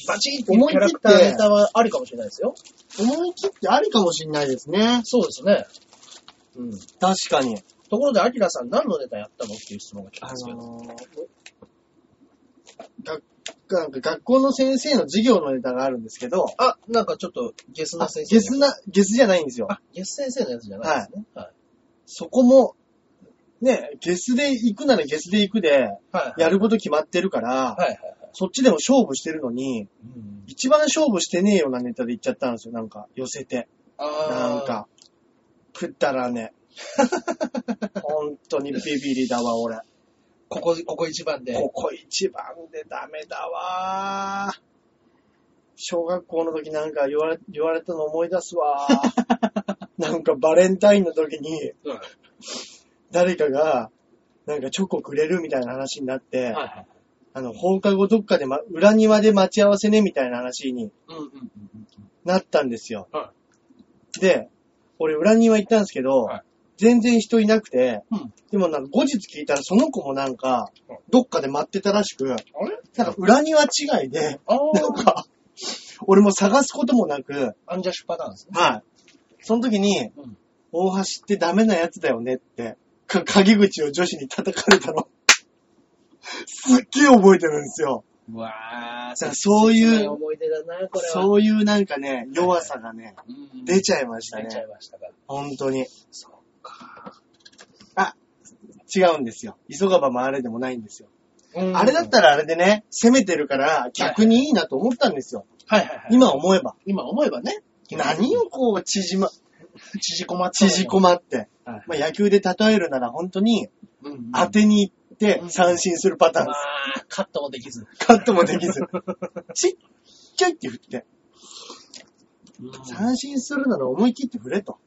S2: バチン
S1: 思い切って
S2: キャラクターネタはありかもしれないですよ。
S1: 思い切ってありかもしんないですね。
S2: そうですね。うん。
S1: 確かに。
S2: ところで、アキラさん何のネタやったのっていう質問が来たん
S1: あ
S2: ですけど。
S1: のー、学なんか学校の先生の授業のネタがあるんですけど、
S2: あ、なんかちょっとゲス
S1: あ
S2: な先生。
S1: ゲスな、ゲスじゃないんですよ。
S2: あ、ゲス先生のやつじゃないですね。はい。
S1: そこも、ね、ゲスで行くならゲスで行くで、
S2: はい。
S1: やること決まってるから、
S2: はいはいはい。
S1: そっちでも勝負してるのに、
S2: うん
S1: 一番勝負してねえようなネタで行っちゃったんですよ、なんか、寄せて。
S2: あー
S1: なん。か、食ったら ね。本当にビビりだわ、俺。
S2: ここ、ここ一番で。
S1: ここ一番でダメだわー。小学校の時なんか言われ、言われたの思い出す わー。なんかバレンタインの時に
S2: うんはい
S1: 誰かが、なんかチョコくれるみたいな話になって、
S2: はい。
S1: あの、放課後どっかで、ま、裏庭で待ち合わせねみたいな話に
S2: うんうんうんうん。
S1: なったんですよ。
S2: は
S1: で、俺裏庭行ったんですけど、
S2: はい
S1: 全然人いなくて、
S2: うん
S1: でもなんか後日聞いたらその子もなんか、どっかで待ってたらしく、
S2: あれ
S1: なんか裏庭違いで、
S2: あ
S1: なん
S2: ー、
S1: か、俺も探すこともなく、
S2: アンジャッシュパターンですね。
S1: はい。その時に、
S2: うん
S1: 大橋ってダメなやつだよねって、か鍵口を女子に叩かれたの。すっげえ覚えてるんですよ。
S2: うわー、
S1: だからそうい
S2: 切な
S1: う、
S2: 思い出だな、これは。
S1: そういうなんかね、弱さがね、
S2: うん。
S1: 出ちゃいました
S2: 出ちゃ
S1: ね
S2: い。ましたから。
S1: 本当に。
S2: そうか。
S1: 違うんですよ。急がば回れでもないんですよ。
S2: うん
S1: あれだったらあれでね、攻めてるから逆にいいなと思ったんですよ。
S2: はいはいはい。
S1: 今思えば。
S2: 今思えばね、
S1: 何をこう縮ま、
S2: 縮こまったの
S1: 縮こまって。
S2: はい
S1: まあ、野球で例えるなら本当に
S2: うんうん
S1: 当てに行って
S2: うん
S1: 三振するパターン
S2: ま
S1: です。
S2: あ、カットもできず。
S1: カットもできず。ちっちゃいって振って。三振するなら思い切って振れと。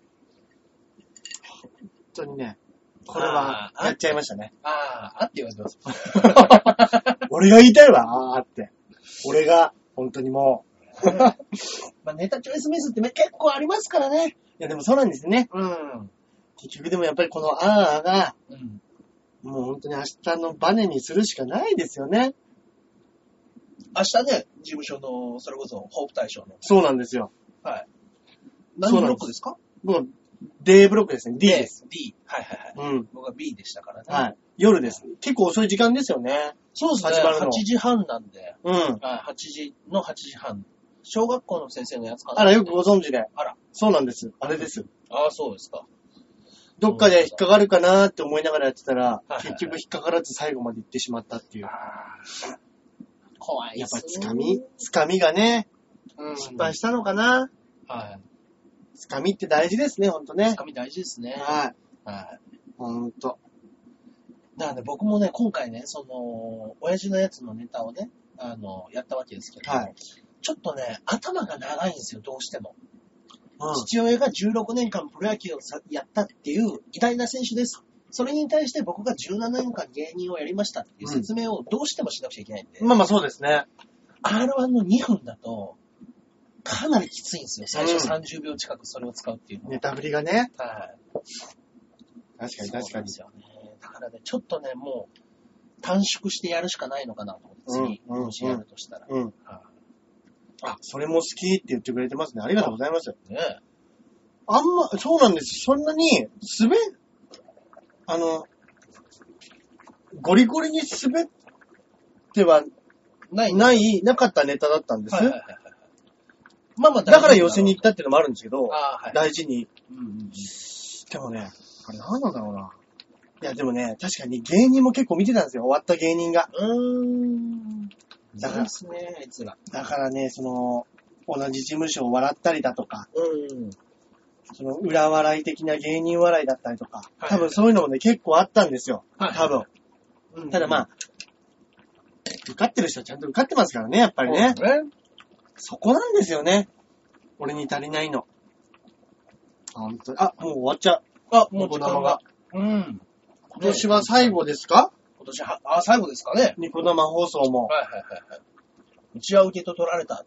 S1: 本当にね、これは
S2: あー
S1: やっちゃいましたね。
S2: ああ、あって言われてます。
S1: 俺が言いたいわ、あーって。俺が、本当にもう。
S2: まあ、ネタチョイスミスってね結構ありますからね。
S1: いや、でもそうなんですね。
S2: うん。
S1: 結局でもやっぱりこのあーが、
S2: うん。
S1: もう本当に明日のバネにするしかないですよね。
S2: 明日ね、事務所の、それこそ、ホープ大賞の。
S1: そうなんですよ。
S2: はい。
S1: そ
S2: 何
S1: うなん
S2: ブ
S1: です
S2: ロックですか
S1: もう、デーブロックですね。D です。
S2: す。D。はいはいはい。
S1: うん。
S2: 僕は B でしたからね。
S1: はい。夜です。結構遅い時間ですよね。
S2: そうですね。
S1: 始まるの
S2: 8時半なんで。
S1: うん。
S2: はい、8時の8時半。小学校の先生のやつかな。
S1: あら、よくご存知で。
S2: あら。
S1: そうなんです。あれです。
S2: ああ、そうですか。
S1: どっかで引っかかるかなーって思いながらやってたら
S2: は、い
S1: 結局引っかからず最後まで行ってしまったっていう。
S2: 怖い
S1: や
S2: で
S1: っぱ
S2: すね。
S1: つかみ、つかみがね、
S2: うん、
S1: 失敗したのかな
S2: はい。
S1: つかみって大事ですね、ほんとね
S2: つ。かみ大事ですね。
S1: はい。
S2: はい。
S1: ほんと。
S2: なので僕もね、今回ね、その、親父のやつのネタをね、あの、やったわけですけど、
S1: はい
S2: ちょっとね、頭が長いんですよ、どうしても。
S1: う
S2: 父親が16年間プロ野球をさやったっていう偉大な選手です。それに対して僕が17年間芸人をやりましたっていう説明をどうしてもしなくちゃいけないんで、
S1: ん。まあまあそうですね。
S2: R1 の2分だと、かなりきついんですよ。最初
S1: うん
S2: 30秒近くそれを使うっていうのは。
S1: ネタ振りがね。
S2: はい。
S1: 確かに
S2: そ
S1: 確か
S2: うなんで
S1: に。
S2: すよね。だからね、ちょっとね、もう、短縮してやるしかないのかなと思って、次、
S1: うんうん
S2: もしやるとしたら。
S1: うん。
S2: は
S1: あ、それも好きって言ってくれてますね。ありがとうございます。
S2: いねえ
S1: あんま、そうなんです。そんなに、滑、あの、ゴリゴリに滑っては
S2: ないい
S1: ない、なかったネタだったんです。
S2: はいはいはいはい。まあまあ、
S1: だから寄せに行ったっていうのもあるんですけど、
S2: ああ、はい。
S1: 大事に。
S2: うんうんうん
S1: でもね、あれ何なんだろうな。いや、でもね、確かに芸人も結構見てたんですよ。終わった芸人が。
S2: うーん。
S1: だか
S2: だかららですね、あいつら。
S1: だからね、その、同じ事務所を笑ったりだとか、
S2: うん。
S1: その裏笑い的な芸人笑いだったりとか、
S2: はい
S1: 多分そういうのもね、結構あったんですよ。
S2: はい
S1: 多分。
S2: うん
S1: ただま
S2: あ、
S1: あ、受かってる人はちゃんと受かってますからね、やっぱりね。
S2: そうね
S1: そこなんですよね。俺に足りないの。本当にあ、もう終わっちゃう。
S2: あ、もう
S1: ニコ
S2: 時
S1: 生が
S2: 間が。うん。
S1: 今年は最後ですか
S2: 今年は、あ、最後ですかね。
S1: ニコ生放送も。
S2: はいはいはいはい。うちは受けと取られ た。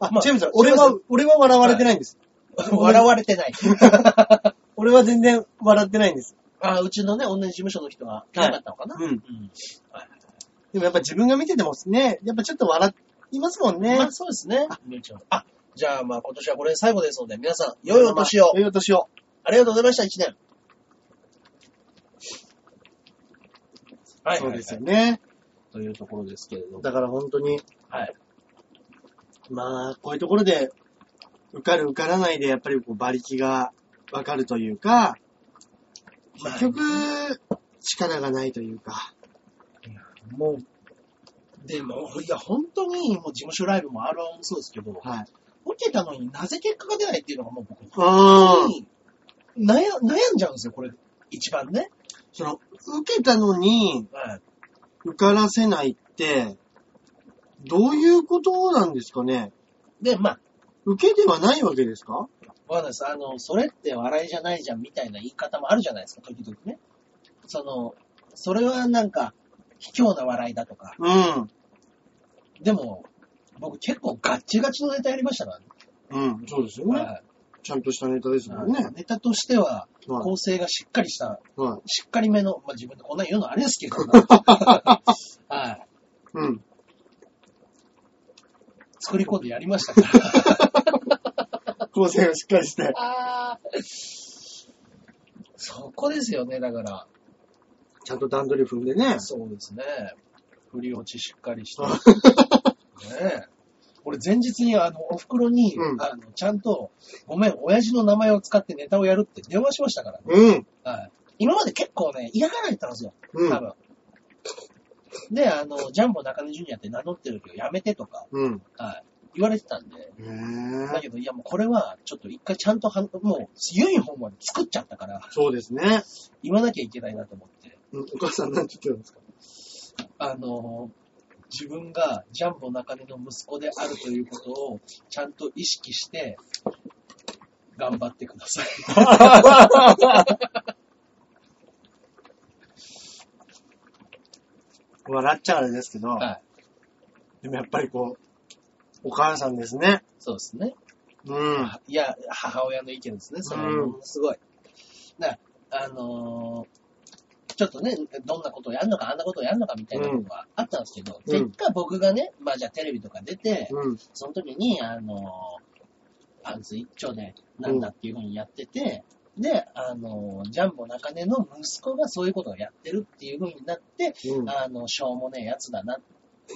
S1: あ、
S2: まあ
S1: チェームさん、
S2: すい
S1: 俺
S2: ません
S1: は、俺は笑われてないんです。
S2: 笑われてない。
S1: 俺は全然笑ってないんです。
S2: あ、うちのね、同じ事務所の人が、なかったのかな、
S1: うん。
S2: うん。
S1: でもやっぱ自分が見ててもね、やっぱちょっと笑いますもんね。
S2: まあ、そうですね。みゆちゃんあ、じゃあまあ今年はこれで最後ですので、皆さん、良いお年を。
S1: 良いお年を。
S2: ありがとうございました、1年。は
S1: そうですよね。
S2: というところですけれども。
S1: だから本当に、
S2: はい。
S1: まあ、こういうところで、受かる受からないで、やっぱりこう馬力がわかるというか、
S2: まあ
S1: 結、局、力がないというか、
S2: もう、でも、いや、本当に、もう事務所ライブも R1 もそうですけど、
S1: はい。
S2: 受けたのになぜ結果が出ないっていうのがもう僕、
S1: うん。
S2: 本当に悩悩んじゃうんですよ、これ。一番ね。
S1: その、受けたのに
S2: はい。
S1: 受からせないって、どういうことなんですかね
S2: で、まあ、
S1: 受けではないわけですか
S2: わかんないです。あの、それって笑いじゃないじゃんみたいな言い方もあるじゃないですか、時々ね。その、それはなんか、卑怯な笑いだとか。
S1: うん。
S2: でも、僕結構ガッチガチのネタやりましたからね。
S1: うん。そうですよね。
S2: は
S1: ちゃんとしたネタです
S2: い
S1: もんね。
S2: ネタとしては、
S1: はい。
S2: 構成がしっかりした、
S1: はい。
S2: しっかりめの、まあ、自分でこんな言うのあれですけど、 はい。
S1: うん。
S2: 作り込んでやりました から。
S1: 構成がしっかりして。
S2: あーそこですよね、だから。
S1: ちゃんと段取り踏んでね。
S2: そうですね。振り落ちしっか りして。ねえ。俺前日にあの、お袋に、
S1: うん
S2: あの、ちゃんと、ごめん、親父の名前を使ってネタをやるって電話しましたからね。
S1: うん。
S2: はい。今まで結構ね、嫌がられてたんですよ。
S1: うん。
S2: 多分。で、あの、ジャンボ中根ジュニアって名乗ってるけど、やめてとか、
S1: うん。
S2: はい。言われてたんで。
S1: へ
S2: だ
S1: ぇ
S2: けど、いやもうこれは、ちょっと一回ちゃんとはん、もう、ユニフォームまで作っちゃったから、
S1: そうですね。
S2: 言わなきゃいけないなと思って。
S1: うんお母さん何て言ってるんですか
S2: あの、自分がジャンボ中根の息子であるということをちゃんと意識して、頑張ってください。
S1: 笑っちゃあれですけど、
S2: はい。
S1: でもやっぱりこう、お母さんですね。
S2: そうですね。
S1: うん。
S2: いや、母親の意見ですね。それは
S1: うん
S2: ものすごい。な、あのーちょっとね、どんなことをやるのか、あんなことをやるのかみたいなのがあったんですけど、
S1: うん
S2: 結果僕がね、まあじゃあテレビとか出て、
S1: うん。
S2: その時に、あの、パンツ一丁で、なんだっていう風にやってて、で、あの、ジャンボ中根の息子がそういうことをやってるっていう風になって、
S1: うん。
S2: あの、しょうもねえやつだな。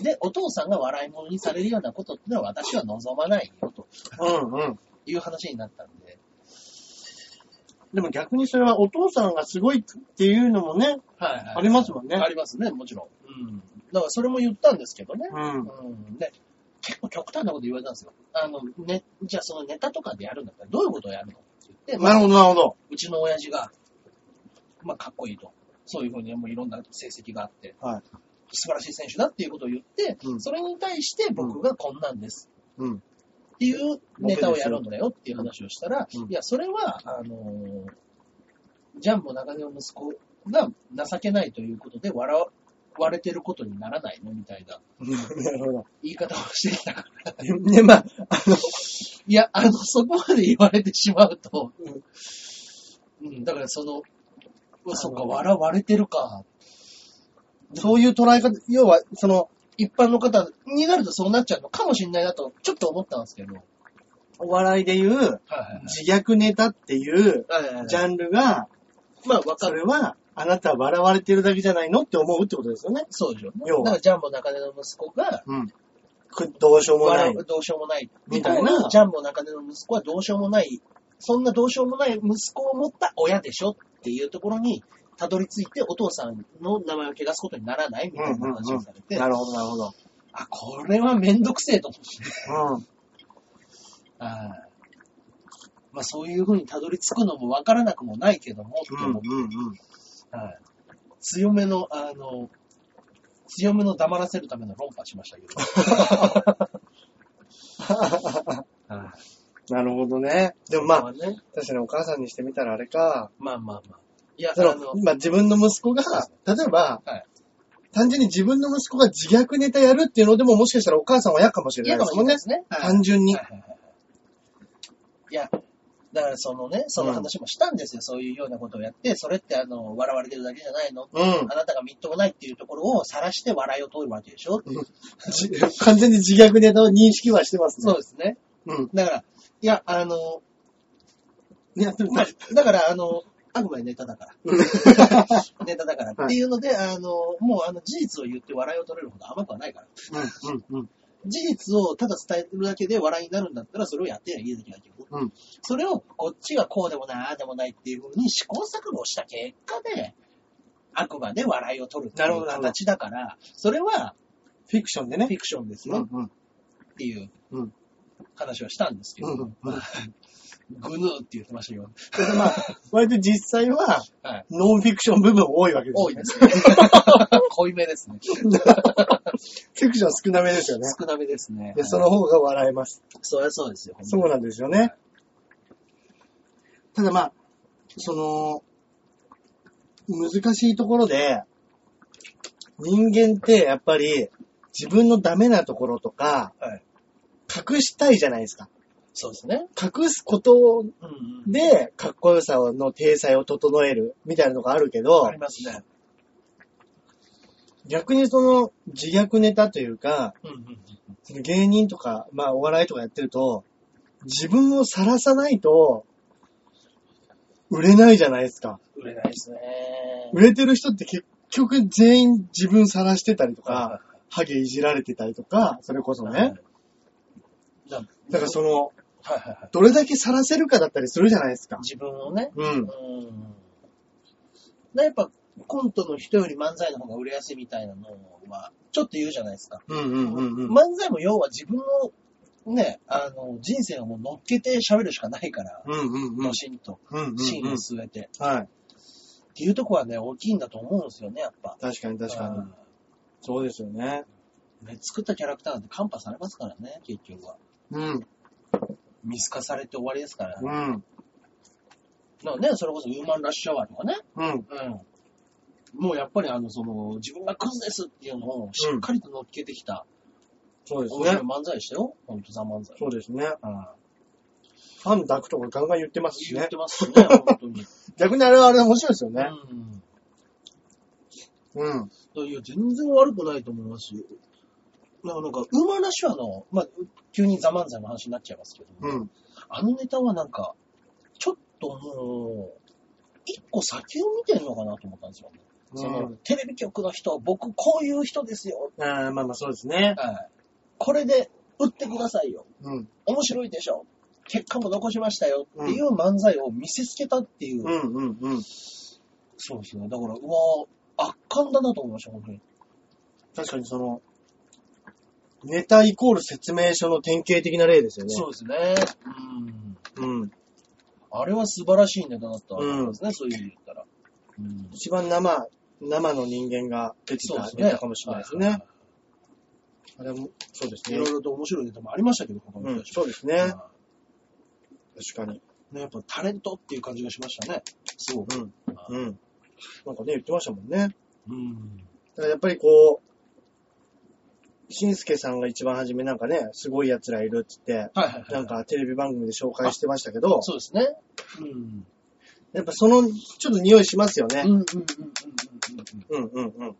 S2: で、お父さんが笑い物にされるようなことってのは私は望まないよ、と
S1: うん。うん。
S2: いう話になったんで。
S1: でも逆にそれはお父さんがすごいっていうのもね、
S2: はいはい。
S1: ありますもんね
S2: ありますね、もちろん。うん。だからそれも言ったんですけどね。
S1: うん。
S2: うん。で、結構極端なこと言われたんですよ。あの、ね、じゃあそのネタとかでやるんだったらどういうことをやるのって言って、まあ
S1: なるほど、なるほど。
S2: うちの親父が、まあ、かっこいいと。そういうふうに、もういろんな成績があって、
S1: はい
S2: 素晴らしい選手だっていうことを言って、
S1: うん
S2: それに対して僕がこんなんです。
S1: うん。
S2: っていうネタをやるんだよっていう話をしたら、
S1: うん
S2: いや、それは、あのージャンボ中根の息子が情けないということで笑われてることにならないのみたいな
S1: なるほど。
S2: 言い方をしてきたから。
S1: で、まあ、あの、
S2: いや、あの、そこまで言われてしまうと、うん、だからその、うわそっか、笑われてるか。
S1: そういう捉え方、要は、その、
S2: 一般の方になるとそうなっちゃうのかもしれないなと、ちょっと思ったんですけど。はい
S1: お笑いでいう、
S2: はい
S1: 自虐ネタっていう
S2: はいはい。
S1: ジ
S2: じゃ
S1: ャンルが、
S2: まあ、わか
S1: そ
S2: る。
S1: れは、あなたは笑われてるだけじゃないのって思うってことですよね。
S2: そうでしょ。
S1: 要は
S2: だから、ジャンボ中根の息子が、
S1: うん。どうしようもな
S2: 笑
S1: い。
S2: う、どうしようもない。
S1: みたいな
S2: イコールジャンボ中根の息子はどうしようもない、そんなどうしようもない息子を持った親でしょっていうところに、たどり着いて、お父さんの名前を汚すことにならないみたいな話をされて、
S1: なるほど、なるほど。
S2: あ、これはめんどくせえと思って。
S1: うん。
S2: あーまあそういう風にたどり着くのもわからなくもないけども、って
S1: うん、
S2: 思っ
S1: うん、うん。
S2: てはい強めの、あの、強めの黙らせるための論破しましたけど。はい
S1: なるほどね。でも まあ、
S2: あね、
S1: 確かにお母さんにしてみたらあれか。
S2: まあまあまあ。いや、あ
S1: その
S2: の、、
S1: まあ自分の息子が、例えば、
S2: はい
S1: 単純に自分の息子が自虐ネタやるっていうのでももしかしたらお母さんは嫌かもしれない
S2: 嫌
S1: で
S2: か
S1: す
S2: もし
S1: もん
S2: れない
S1: ね
S2: で。すね。はい
S1: 単純に
S2: はい。はいはいはいいや、だからそのね、その話もしたんですよ。そういうようなことをやって、それってあの、笑われてるだけじゃないの。
S1: うん
S2: あなたがみっともないっていうところを晒して笑いを取るわけでしょ、
S1: じ 完全に自虐ネタの認識はしてます
S2: そ
S1: ね。
S2: うですね。
S1: うん。
S2: だから、いや、あの、
S1: いや、でも
S2: まあ、だから、あの、あくまでネタだから。 ネタだから。
S1: はい
S2: っていうので、あの、もうあの、事実を言って笑いを取れるほど甘くはないから。
S1: うん、うん、うん。
S2: 事実をただ伝えるだけで笑いになるんだったら、それをやってりゃいいだけだけど、
S1: うん
S2: それをこっちがこうでもなあでもないっていうふうに試行錯誤した結果で、悪魔で笑いを取るってい
S1: なるほ
S2: う
S1: どなるほど
S2: 形だから、それは
S1: フィクションで
S2: フ
S1: ね。
S2: ィクションです
S1: うん、
S2: よ
S1: うん、
S2: っていう
S1: うん
S2: 話をしたんですけ
S1: う
S2: ど、
S1: ん。うん
S2: まあ グヌーって言ってましたよ。
S1: それでまあ、割と実際は
S2: はい、
S1: ノンフィクション部分多いわけですよ
S2: 多い
S1: ね
S2: で。 すね。濃いめですね。
S1: フィクション少なめですよね。
S2: 少なめですね。
S1: で、その方が笑えます。
S2: そりゃそうですよ。
S1: そうなんですよね。ただまあ、その、難しいところで、人間ってやっぱり自分のダメなところとか、
S2: はい
S1: 隠したいじゃないですか。
S2: そうですね。
S1: 隠すこと
S2: うんうん。
S1: で、かっこよさの体裁を整えるみたいなのがあるけど
S2: あり、ますね。
S1: 逆にその自虐ネタというか、
S2: うんうんうん。
S1: その芸人とか、まあお笑いとかやってると、自分を晒さないと、売れないじゃないですか。
S2: 売れないですね。
S1: 売れてる人って結局全員自分晒してたりとか、ハゲいじられてたりとか、それこそね。。
S2: だ
S1: だからその、
S2: はいはいはい。
S1: どれだけ晒せるかだったりするじゃないですか。
S2: 自分をね。
S1: う。
S2: うんん。でやっぱ、コントの人より漫才の方が売れやすいみたいなのは、ちょっと言うじゃないですか。
S1: うんうんうんうん。
S2: 漫才も要は自分の、ね、あの、人生をもう乗っけて喋るしかないから、
S1: うんうんうん
S2: の。シーンと、
S1: うんうん
S2: シー
S1: う
S2: ンを
S1: ん。
S2: 据えて。
S1: はい。
S2: っていうとこはね、大きいんだと思うんですよね、やっぱ。
S1: 確かに確か
S2: う
S1: に。
S2: ん
S1: そうですよね。
S2: ね作ったキャラクターなんてカンパされますからね、結局は。
S1: うん。
S2: 見透かされて終わりですから。
S1: うん。
S2: なね、それこそウーマンラッシュアワーとかね。
S1: うん。
S2: うん。もうやっぱりあの、その、自分がクズですっていうのをしっかりと乗っけてきた、
S1: そうです
S2: 面白い
S1: ね。
S2: 漫才でしたよ。ほんと、ザ・漫才。
S1: そうですね。
S2: うん。
S1: ファン抱くとかガンガン言ってますし
S2: 言っ
S1: ね
S2: て。ますしね、本 当に。
S1: 逆にあれはあれで面白いですよね。
S2: うん。
S1: うん。
S2: いや、全然悪くないと思いますし。まあなんか、ウーマンラッシュアワーの、まあ、急にザ・漫才の話になっちゃいますけど、
S1: うん。
S2: あのネタはなんか、ちょっともう、一個先を見てるのかなと思ったんですよ。その、
S1: うん
S2: テレビ局の人、僕こういう人ですよ。
S1: あーまあまあそうですね。
S2: はい。これで売ってくださいよ。
S1: うん。
S2: 面白いでしょ。結果も残しましたよっていう漫才を見せつけたっていう。
S1: うんうんうん。
S2: そうですね。だから、うわぁ、圧巻だなと思いました、本当に。
S1: 確かにその、ネタイコール説明書の典型的な例ですよね。
S2: そうですね。うん。
S1: うん。
S2: あれは素晴らしいネタだったわけですね、そういう意味で言ったら。うん。
S1: 一番生、生の人間が出て
S2: そうで
S1: た
S2: すね。
S1: ネタかもしれないです
S2: は
S1: ね
S2: は。
S1: あれも、そうです
S2: い
S1: ね
S2: ろい。ろと面白いネタもありましたけど、他の
S1: うん
S2: 人た、ちも。
S1: そうですね。
S2: は
S1: 確かに。
S2: いね。やっぱタレントっていう感じがしましたね。すごく。
S1: うん。うん。なんかね、言ってましたもんね。
S2: うん。
S1: だからやっぱりこう、しんすけさんが一番初めなんかね、すごい奴らいるって言って、
S2: はいはいはい。
S1: なんかテレビ番組で紹介してましたけど、
S2: そうですね。うん。
S1: やっぱその、ちょっと匂いしますよね
S2: うん。うんうんうんうんう
S1: う
S2: ん。
S1: んうんうん。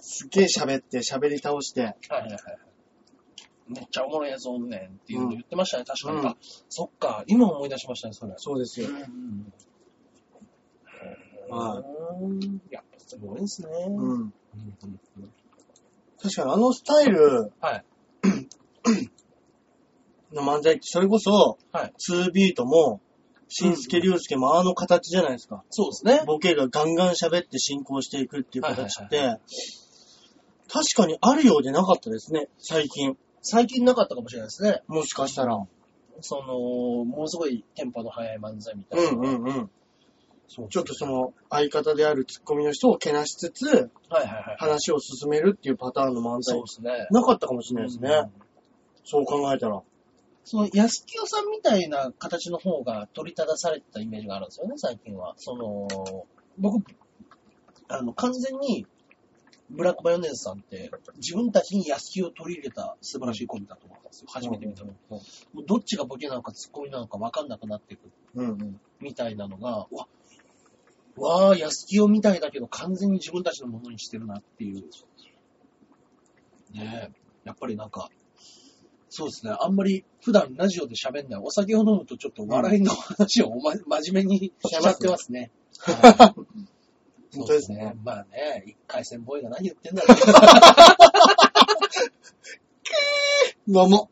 S1: すっげえ喋って、喋り倒して。
S2: はいはいはい。めっちゃおもろいやつおんねんっていうの言ってましたね、確かに、
S1: うん
S2: あ、そっか、今思い出しましたね、それ。
S1: そうですよ
S2: う。ん
S1: は
S2: うん。やっぱすごいですね。うん
S1: うん。
S2: うんうん
S1: 確かにあのスタイル
S2: はい。
S1: の漫才って、それこそ、
S2: はい。
S1: 2ビートも、しんすけりゅうすけもあの形じゃないですか。
S2: そうですね。
S1: ボケがガンガン喋って進行していくっていう形っ
S2: はい
S1: て、確かにあるようでなかったですね、最近。
S2: 最近なかったかもしれないですね。
S1: もしかしたら。
S2: その、ものすごいテンポの速い漫才みた
S1: う
S2: いな。
S1: んうんうん。
S2: そう
S1: ちょっとその、相方であるツッコミの人をけなしつつ、
S2: はいはいはい。
S1: 話を進めるっていうパターンの漫
S2: そ
S1: 才
S2: うで。すね。
S1: なかったかもしれないです
S2: う
S1: ね
S2: ん。。
S1: そう考えたら。
S2: その、安清さんみたいな形の方が取り立たされてたイメージがあるんですよね、最近は。その、僕、あの、完全に、ブラックマヨネーズさんって、自分たちに野球を取り入れた素晴らしいコンビだと思ったんですよ。初めて見たの。もうどっちがボケなのかツッコミなのか分かんなくなっていく
S1: うんうん。
S2: みたいなのが、うわ、うわあ、安清みたいだけど完全に自分たちのものにしてるなっていう。ねえ、やっぱりなんか、そうですね、あんまり普段ラジオで喋んない。お酒を飲むとちょっと笑いの話をおま、 真面目にしちゃってますね。はい
S1: 本当ですね
S2: そうまあね、一回戦ボーイが何言ってんだろう。
S1: どうも。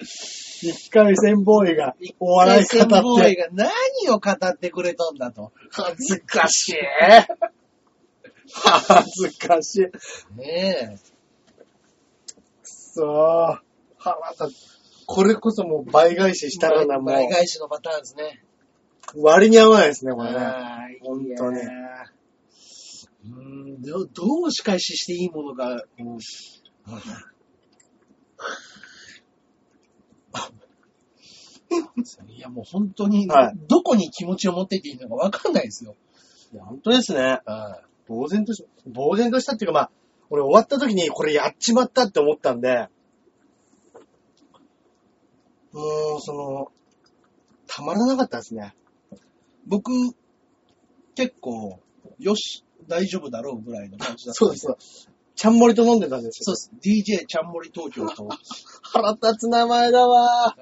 S1: 一回戦ボーイがお笑い
S2: 一回戦
S1: 語
S2: ボ
S1: っ
S2: ーイ
S1: て、
S2: が何を語ってくれたんだと。恥ずかしい。
S1: 恥ずかしい。く
S2: ねえ。
S1: そー。腹立つ。これこそもう倍返ししたらな、も
S2: 倍
S1: う。
S2: 返しのパターンですね。
S1: 割に合わないですね、これね。
S2: はーい
S1: 本当に
S2: いやーうーんどうどう仕返ししていいものが、 こういや、もう本当に、
S1: はい
S2: どこに気持ちを持ってっていいのかわかんないですよ。
S1: いや本当ですね。
S2: あ
S1: 呆然とし、呆然としたっていうか、まあ、俺終わった時にこれやっちまったって思ったんで、もう、その、たまらなかったですね。
S2: 僕、結構、よし、大丈夫だろうぐらいの感じだった
S1: そうです。そうですちゃんもりと飲んでたんです
S2: そう
S1: よ。
S2: です。DJ ちゃんもり東京と、はい
S1: 腹立つ名前だわ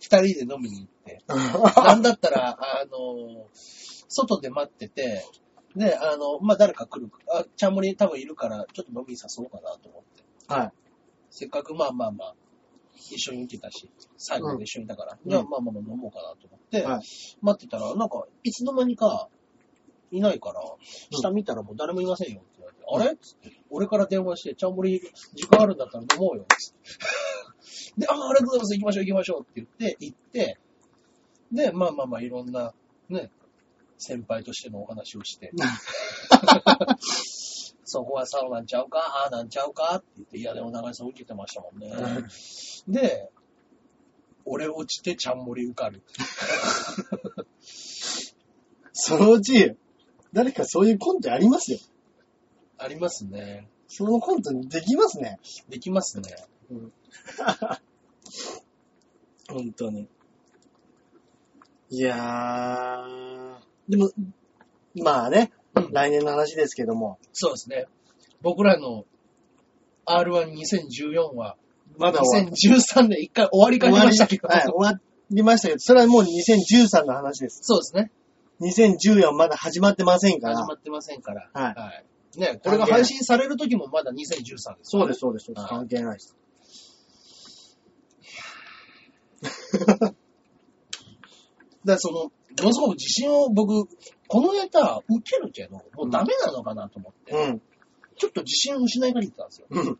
S2: 二人で飲みに行って、
S1: ー。
S2: なんだったら、あの、外で待ってて、で、あの、まあ、誰か来る、あ、ちゃんもり多分いるから、ちょっと飲みに誘おうかなと思って。
S1: はい。
S2: せっかく、まあまあまあ、一緒に行ってたし、最後まで一緒にいたから、
S1: うん
S2: じゃあまあまあまあ飲もうかなと思って、
S1: はい
S2: 待ってたら、なんか、いつの間にか、いないから、下見たらもう誰もいませんよって言われて、あれつって俺から電話して、ちゃんもり時間あるんだったら飲もうよ。つって で、ああ、ありがとうございます。行きましょう行きましょうって言って、行って、で、まあまあまあいろんな、ね、先輩としてのお話をして、そこはそうなんちゃうか、ああなんちゃうかって言って、いやでも長井さん受けてましたもんね。で、俺落ちてちゃんもり受かる。
S1: そのうち、誰かそういうコントやりますよ。
S2: ありますね。
S1: そのコントできますね。
S2: できますね。
S1: 本当に。いやー。でも、まあね、
S2: うん
S1: 来年の話ですけども。
S2: そうですね。僕らの R12014 は、
S1: まだ終わ
S2: 2013年一回終わりか
S1: 終
S2: け
S1: わ
S2: ま
S1: り
S2: したけど、
S1: はい、終わりましたけど、それはもう2013の話です。
S2: そうですね。
S1: 2014まだ始まってませんから。
S2: 始まってませんから。
S1: はい
S2: ね、これが配信される時もまだ2013です。
S1: そうです、そうです、そうです。
S2: はい
S1: 関係ない です。
S2: だからその、ものすごく自信を僕、このネタ受けるけど、もうダメなのかなと思って、
S1: うん。
S2: ちょっと自信を失いかけてたんですよ。
S1: うん。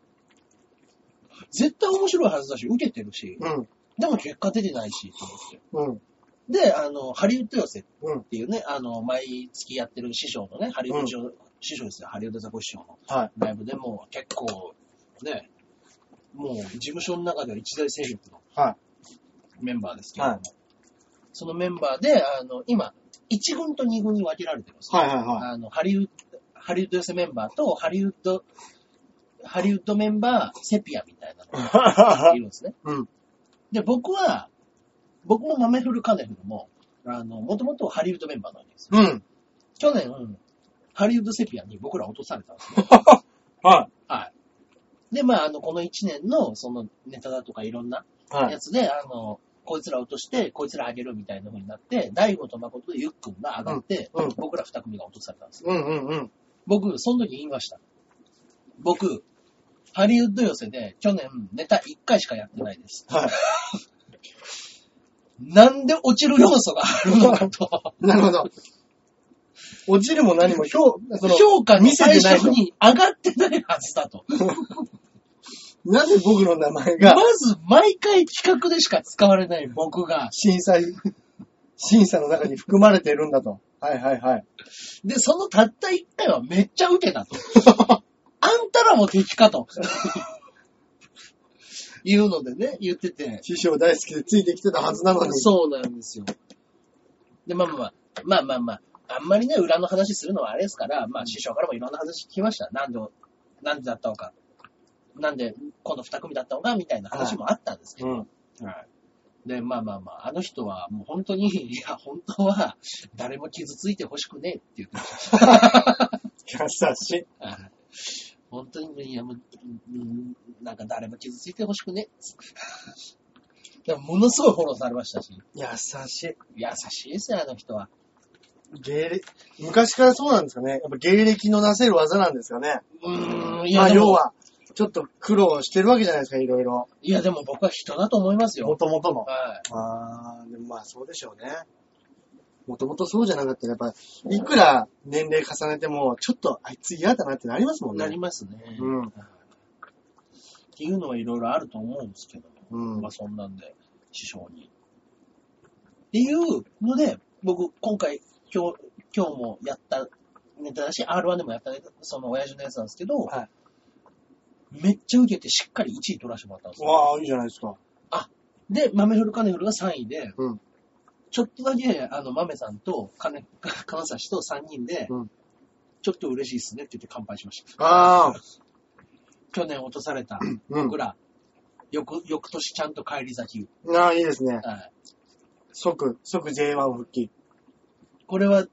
S2: 絶対面白いはずだし、受けてるし、
S1: うん。
S2: でも結果出てないし、と思って。
S1: うん。
S2: で、あの、ハリウッド寄せっ
S1: うん。
S2: ていうね、あの、毎月やってる師匠のね、ハリウッド師匠、師匠ですよ、ハリウッドザコ師匠の
S1: はい。
S2: ライブでもう結構、ね、もう事務所の中では一大勢力の
S1: は
S2: メンバーですけれども、
S1: はい
S2: そのメンバーで、あの、今、1軍と2軍に分けられてます。
S1: はいはいはい。
S2: あの、ハリウッド、ハリウッド寄せメンバーと、ハリウッド、ハリウッドメンバー、セピアみたいなのがいるんですね。
S1: うん
S2: で、僕は、僕も豆フルカネフルも、あの、もともとハリウッドメンバーなわけですよ。
S1: うん。
S2: 去年、ハリウッドセピアに僕ら落とされたんですね。
S1: は。
S2: で、まあ、あの、この1年の、その、ネタだとかいろんない
S1: は
S2: や
S1: い。
S2: つで、あの、こいつら落として、こいつらあげるみたいな風になって、大悟と誠でゆっくんが上がって、
S1: うんうん
S2: 僕ら2組が落とされたんですよ。
S1: うんうんうん。
S2: 僕、その時言いました。僕、ハリウッド寄せで去年ネタ1回しかやってないです。
S1: はい。
S2: なんで落ちる要素があるのかと。
S1: なるほど。落ちるも何も、評、その、
S2: 評価の
S1: 見せ
S2: 最
S1: てない
S2: 初
S1: と。
S2: に上がってないはずだと。
S1: なぜ僕の名前が
S2: まず毎回企画でしか使われない僕が。
S1: 審査、審査の中に含まれているんだと。はいはいはい。
S2: で、そのたった1回はめっちゃ受け たと。あんたらも敵かと。言うのでね、言ってて。
S1: 師匠大好きでついてきてたはずなのに。
S2: そうなんですよ。で、まあまあまあ、まあまあまあ、あんまりね、裏の話するのはあれですから、まあ師匠からもいろんな話聞きました。なんで、なんでだったのか、なんでこの二組だったのか、みたいな話もあったんですけど、
S1: うん。
S2: はい。で、まあまあまあ、あの人はもう本当に、いや、本当は誰も傷ついてほしくねえっていう
S1: 優しい。
S2: はい本当に、いや、もう、うんなんか誰も傷ついてほしくね。でもものすごいフォローされましたし、
S1: 優しい。
S2: 優しいですよ、あの人は。
S1: 芸歴、昔からそうなんですかね。やっぱ芸歴のなせる技なんですかね。
S2: うーん、い
S1: ま
S2: や、
S1: あ
S2: でも
S1: 要は、ちょっと苦労してるわけじゃないですか、いろいろ。
S2: いや、でも僕は人だと思います
S1: も
S2: よ。
S1: ともとの。
S2: は
S1: ああ、でもまあそうでしょうね。もともとそうじゃなかったら、やっぱ、いくら年齢重ねても、ちょっとあいつ嫌だなってなりますも
S2: い。
S1: ん
S2: な
S1: ね
S2: り。ますね。
S1: うん
S2: はいっていうのはいろいろあると思うんですけど、
S1: うん
S2: まあ。そんなんで、師匠に。っていうので、僕、今回、今日、今日もやったネタだし、R1 でもやったネタ、その親父のやつなんですけど、
S1: は
S2: めっちゃ受けてしっかり1位取らせてもらったんですよ。
S1: わあ、いいじゃないですか。
S2: で、豆フルカネフルが3位で、
S1: うん
S2: ちょっとだけ、あの、豆さんと、金、 金指と3人で、
S1: うん
S2: ちょっと嬉しいっすねって言って乾杯しました。
S1: ああ、
S2: 去年落とされた、
S1: うん
S2: 僕。ら、翌、翌年ちゃんと帰り咲き。
S1: ああ、いいですね。
S2: はい
S1: 即、即 J1 復帰。
S2: これは、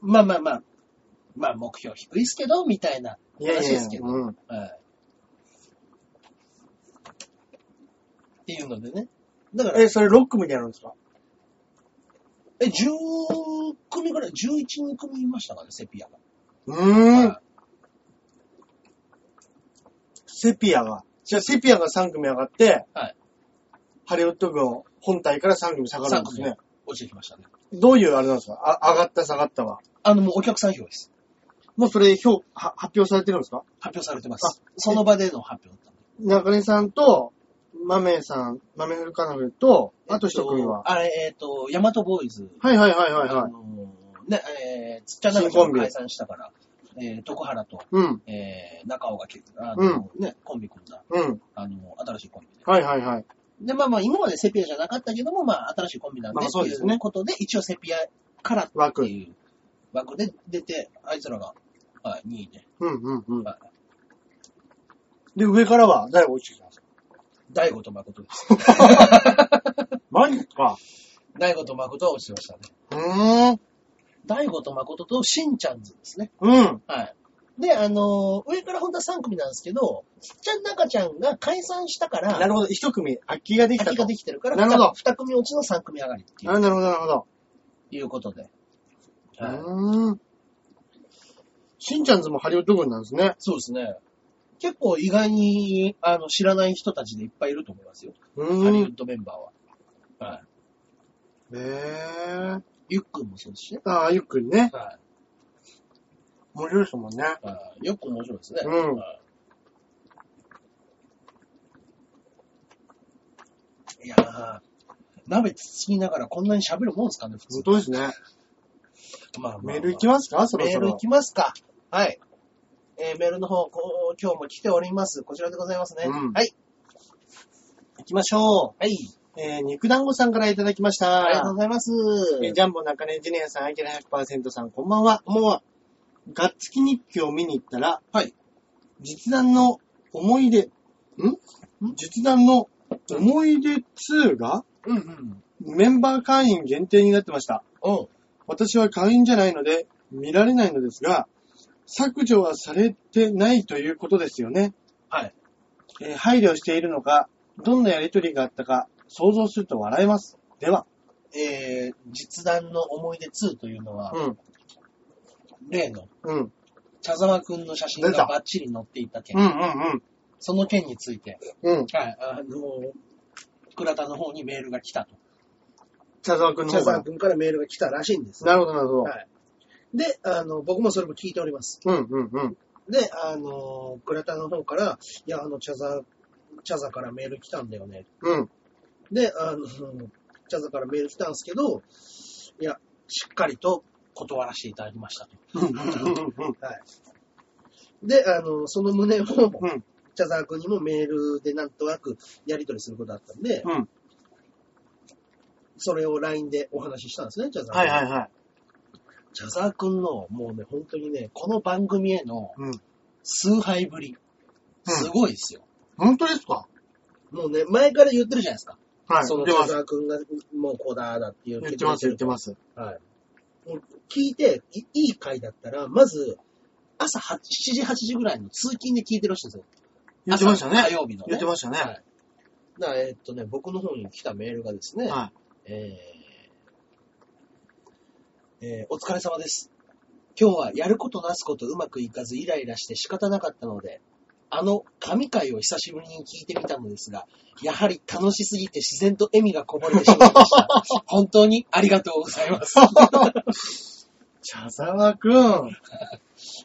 S2: まあまあまあ、まあ目標低いっすけど、みたいな。
S1: いやい
S2: 話
S1: や
S2: で
S1: い
S2: すけ
S1: や、
S2: ど
S1: うん。
S2: はい。っていうのでね。だから、
S1: え、それ6組でやるんですか
S2: え、10組ぐらい、11、2組いましたからね、セピアが。
S1: うーん
S2: は。
S1: セピアが。じゃあセピアが3組上がって、
S2: はい
S1: ハリウッド軍本体から3組下がるんですね。
S2: 落ちてきましたね。
S1: どういうあれなんですかあ上がった下がったは。
S2: あの、もうお客さん票です。
S1: もうそれ表、は発表されてるんですか
S2: 発表されてます。その場での発表だったんで。
S1: 中根さんと、マメさん、マメフルカナフルと、あと一組は。
S2: あれ、えっ、と、ヤマトボーイズ。
S1: はいはいはいはいは
S2: あ
S1: い。
S2: のーね、えー、つっちゃん中ちゃんが解散したから、えー、徳原と、
S1: うん、
S2: えー、中尾が結あの、ね、コンビ組んだ、
S1: うん。
S2: あの、新しいコンビで。
S1: はいはいはい。
S2: で、まあまあ、今までセピアじゃなかったけども、まあ、新しいコンビなんで、
S1: まあそうですね
S2: っていうことで、一応セピアからっ
S1: 枠。
S2: て
S1: うん
S2: いう枠で出て、あいつらが、はい、2位で、
S1: うんうん
S2: は。
S1: で、上からは誰が落ちてきたんですか
S2: 大悟と誠です。
S1: マジか。
S2: 大悟と誠は落ちてましたね。
S1: うーん。
S2: 大悟と誠としんちゃんズですね。
S1: うん。
S2: はい。で、あのー上から本当は3組なんですけど、ちっちゃん中ちゃんが解散したから、
S1: なるほど。一組、空きができた
S2: 空き
S1: と。
S2: ができてるから、
S1: なるほど
S2: 2, 組落ちの3組上がりってい
S1: あ
S2: う
S1: なるほど、なるほど。
S2: いうことで。はい
S1: ーん。しんちゃんズもハリウッド軍なんですね。
S2: そうですね。結構意外に、あの、知らない人たちでいっぱいいると思いますよ。
S1: う
S2: ハリウ
S1: ーん。
S2: ッドメンバーは。はい。
S1: へえ。
S2: ゆっくんもそうですしね。
S1: ああ、ゆっくりね。
S2: は
S1: 面白いですもんね。
S2: い。はいゆっくん面白いですね。
S1: うん
S2: はいいやー、鍋つつきながらこんなに喋るもんですかね、普通
S1: 本。当ですね。
S2: まあまあまあ
S1: メール行きますかそろ
S2: メ
S1: そ
S2: ール
S1: ろ
S2: 行。きますか。はい。えーメールの方、こう今日も来ております。こちらでございますね。
S1: うん
S2: はい。
S1: 行きましょ
S2: はい。
S1: う。えー、肉団子さんからいただきまし
S2: ありがとう
S1: た。
S2: ございます。
S1: えージャンボ中根ジュニアさん、アキラ100%さん、こんばんは。こんばんは。がっつき日記を見に行ったら、
S2: はい。
S1: 実弾の思い出、ん実弾の思い出2が
S2: うんうん。
S1: メンバー会員限定になってました。
S2: おう
S1: 私は会員じゃないので見られないのですが、削除はされてないということですよね。
S2: はい。
S1: えー配慮しているのか、どんなやりとりがあったか想像すると笑えます。では、
S2: えー、実弾の思い出2というのは、
S1: うん、
S2: 例の
S1: うん、うん、
S2: 茶沢くんの写真
S1: 出た
S2: がバッチリ載っていた件、
S1: うん、
S2: その件について、
S1: うん、うん。
S2: はい、あのー、倉田の方にメールが来たと。
S1: 茶沢くんの
S2: 茶
S1: 方か
S2: 沢
S1: ら。
S2: くんからメールが来たらしいんです。
S1: なるほど、なるほど。
S2: はい。で、あの、僕もそれも聞いております。
S1: うん、うん、うん。
S2: で、あの、倉田の方から、いや、あの、茶座、茶座からメール来たんだよね。
S1: うん。
S2: で、あの、 茶座からメール来たんですけど、いや、しっかりと断らせていただきましたと。で、あの、その旨を、
S1: うん
S2: 茶沢君にもメールでなんとなくやり取りすることだったんで、
S1: うん
S2: それを LINE でお話ししたんですね、茶沢君。
S1: はいはいはい。
S2: 茶沢君の、もうね、本当にね、この番組への
S1: うん
S2: 崇拝ぶり。
S1: うん
S2: すごいですよ。
S1: 本当ですか
S2: もうね、前から言ってるじゃないですか。
S1: はい。
S2: その、
S1: 出
S2: 田
S1: ます。
S2: 沢くんが、もうこうだ、だって言っ。
S1: 言っててます、言ってますす。
S2: はい。もう聞いて、いいい回だったら、まず、朝8 7時、8時ぐらいの通勤で聞いてる人ですよ。
S1: 言ってましたね
S2: 朝火。曜日の、ね。
S1: 言ってましたね。
S2: はい。だからえっとね、僕の方に来たメールがですね、
S1: は
S2: えーえーお疲れ様です。今日はやることなすことうまくいかずイライラして仕方なかったので、あの神回を久しぶりに聞いてみたのですが、やはり楽しすぎて自然と笑みがこぼれてしまいました。 本当にありがとうございます。
S1: い。茶沢くん。